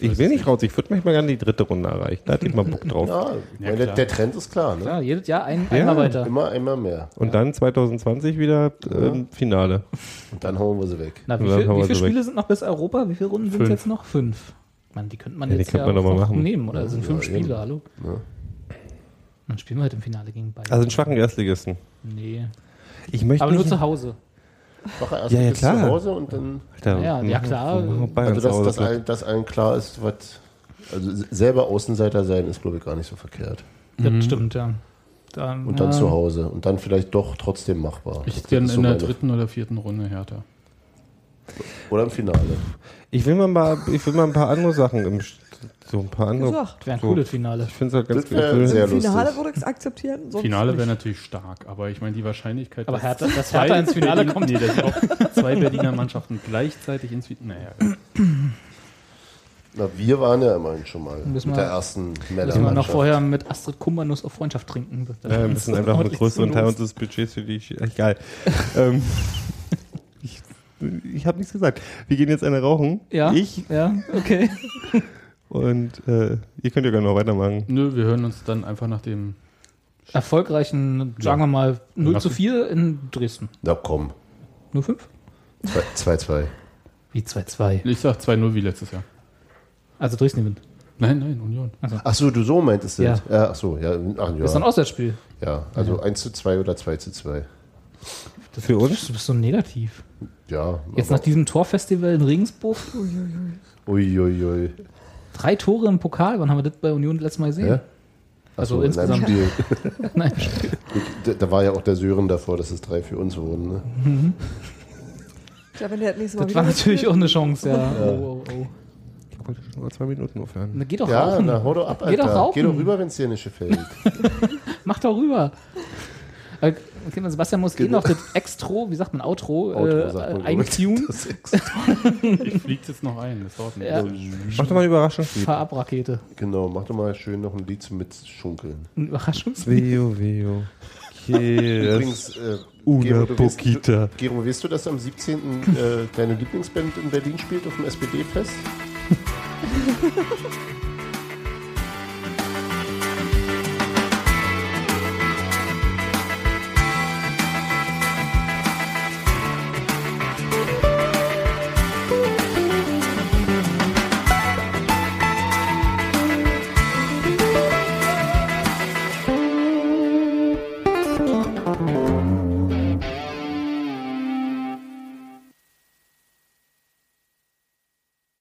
Speaker 5: Ich will nicht raus. Ich würde mich mal gerne die dritte Runde erreichen. Da hätte ich mal Bock drauf.
Speaker 3: Ja, ich meine,
Speaker 6: klar.
Speaker 3: der, der Trend ist klar, ne?
Speaker 4: Ja, jedes Jahr ein,
Speaker 5: Ja.
Speaker 4: einmal weiter.
Speaker 3: Immer einmal mehr.
Speaker 5: Und dann 2020 wieder ähm, Finale.
Speaker 3: Und dann hauen wir sie weg.
Speaker 4: Na, wie,
Speaker 5: Dann
Speaker 4: viel,
Speaker 5: haben wir
Speaker 4: wie viele
Speaker 5: sie weg.
Speaker 4: Spiele sind noch bis Europa? Wie viele Runden sind
Speaker 6: Fünf.
Speaker 4: jetzt noch? Fünf. Mann, die könnte man
Speaker 5: Ja, die
Speaker 4: jetzt
Speaker 5: könnte man
Speaker 4: ja
Speaker 5: doch mal
Speaker 4: auch
Speaker 5: machen.
Speaker 4: nehmen, oder? Das sind fünf
Speaker 3: eben.
Speaker 4: Spiele, hallo? Dann spielen wir halt im Finale gegen Bayern.
Speaker 5: Also einen schwachen Erstligisten.
Speaker 4: nee.
Speaker 5: Ich möchte
Speaker 4: Aber nur zu Hause.
Speaker 3: Schwacher
Speaker 5: Ja, ja,
Speaker 3: Erstligist
Speaker 5: klar.
Speaker 3: zu Hause und dann.
Speaker 5: Alter,
Speaker 4: Ja, ja, klar.
Speaker 5: Bayern zu
Speaker 3: Also, dass,
Speaker 5: Hause
Speaker 3: dass,
Speaker 5: bleibt.
Speaker 3: allen, dass allen klar ist, was. Also, selber Außenseiter sein ist, glaube ich, gar nicht so verkehrt.
Speaker 4: Das stimmt, ja. Dann,
Speaker 5: äh,
Speaker 3: Und
Speaker 4: ja.
Speaker 3: dann zu Hause. Und dann vielleicht doch trotzdem machbar.
Speaker 6: Ich
Speaker 3: Das
Speaker 6: dann
Speaker 3: ist
Speaker 6: in der
Speaker 3: meine-
Speaker 6: dritten oder vierten Runde härter.
Speaker 3: Oder im Finale.
Speaker 5: ich will mal ein paar, ich will mal ein paar andere Sachen im St- so ein paar andere.
Speaker 7: Gesagt.
Speaker 4: Das wäre ein
Speaker 5: So.
Speaker 4: cooles Finale.
Speaker 5: Ich finde es halt ganz
Speaker 3: Das wäre
Speaker 5: cool.
Speaker 3: sehr lustig.
Speaker 7: Finale würde ich es akzeptieren. Sonst
Speaker 6: Finale wäre natürlich stark, aber ich meine, die Wahrscheinlichkeit,
Speaker 4: Aber
Speaker 6: dass
Speaker 4: Hertha, dass
Speaker 6: zwei
Speaker 4: Hertha ins Finale
Speaker 6: Berlin-
Speaker 4: kommt.
Speaker 6: Nee, dass auch zwei Berliner Mannschaften gleichzeitig ins Finale. Naja,
Speaker 3: Na, wir waren ja immerhin schon mal
Speaker 4: Müssen
Speaker 3: mit
Speaker 4: wir-
Speaker 3: der ersten
Speaker 4: Müssen wir noch
Speaker 3: Männermannschaft.
Speaker 4: vorher mit Astrid Kummernuss auf Freundschaft trinken. Das-
Speaker 5: Ja, wir müssen Ähm, einfach einen
Speaker 4: ordentlich
Speaker 5: größeren
Speaker 4: zu
Speaker 5: Teil
Speaker 4: los.
Speaker 5: unseres Budgets für die. Sch- Egal. ähm, ich ich habe nichts gesagt. Wir gehen jetzt eine rauchen.
Speaker 4: Ja?
Speaker 5: Ich
Speaker 4: Ja, okay.
Speaker 5: und äh, ihr könnt ja gerne noch weitermachen.
Speaker 6: Nö, wir hören uns dann einfach nach dem.
Speaker 4: Erfolgreichen, sagen wir mal, 0 zu 4 in Dresden.
Speaker 3: Na komm,
Speaker 4: 0-5?
Speaker 3: 2-2.
Speaker 4: Wie 2-2.
Speaker 6: Ich sag 2-0 wie letztes Jahr.
Speaker 4: Also Dresden gewinnt.
Speaker 6: Nein, nein, Union.
Speaker 3: Achso, du so meintest
Speaker 4: Ja.
Speaker 3: es. Ja, achso, ja. Ach,
Speaker 4: Ist dann
Speaker 3: ja.
Speaker 4: Auswärtsspiel.
Speaker 3: ja. Also 1 zu 2 oder 2 zu 2.
Speaker 5: Für uns?
Speaker 4: Du bist so negativ.
Speaker 3: Ja.
Speaker 4: Jetzt nach diesem Torfestival in Regensburg,
Speaker 3: Uiuiui.
Speaker 4: drei Tore im Pokal. Wann haben wir das bei Union letztes Mal gesehen?
Speaker 3: Hä?
Speaker 4: Also
Speaker 3: Achso, in einem
Speaker 4: insgesamt.
Speaker 3: Spiel.
Speaker 4: Nein.
Speaker 3: Da, da war ja auch der Sören davor, dass es drei für uns wurden. Ne?
Speaker 7: Tja, wenn der halt nächstes Mal
Speaker 4: Das
Speaker 7: wieder
Speaker 4: war natürlich
Speaker 7: spielt.
Speaker 4: auch eine Chance, ja. Oh, oh, oh.
Speaker 5: Ich wollte schon über zwei Minuten aufhören.
Speaker 4: Na, geh doch
Speaker 3: Ja,
Speaker 4: rauchen.
Speaker 3: na, hau doch ab,
Speaker 4: Geh doch
Speaker 3: Alter.
Speaker 4: rauchen. Äh,
Speaker 3: Geh doch rüber, wenn es dir nicht gefällt.
Speaker 4: Mach doch rüber. Äh, Okay, dann Sebastian muss eh noch das Extro, wie sagt man, Outro,
Speaker 3: Genau. Outro,
Speaker 4: äh,
Speaker 3: sagt man,
Speaker 4: äh,
Speaker 3: glaub ich.
Speaker 4: eintunen.
Speaker 3: Das ist-
Speaker 6: Ich fliegt jetzt noch ein. Das dauert nicht.
Speaker 4: Ja.
Speaker 5: Mach doch mal ein Überraschungslied.
Speaker 4: Farbrakete.
Speaker 3: genau, mach doch mal schön noch ein Lied zum Mitschunkeln.
Speaker 4: Ein Überraschungslied.
Speaker 5: Veo, veo. Okay.
Speaker 3: Übrigens, äh,
Speaker 5: Una
Speaker 3: Gero, du wirst-
Speaker 5: Poquita.
Speaker 3: Gero, weißt du, dass am 17. äh, deine Lieblingsband in Berlin spielt auf dem SPD-Fest?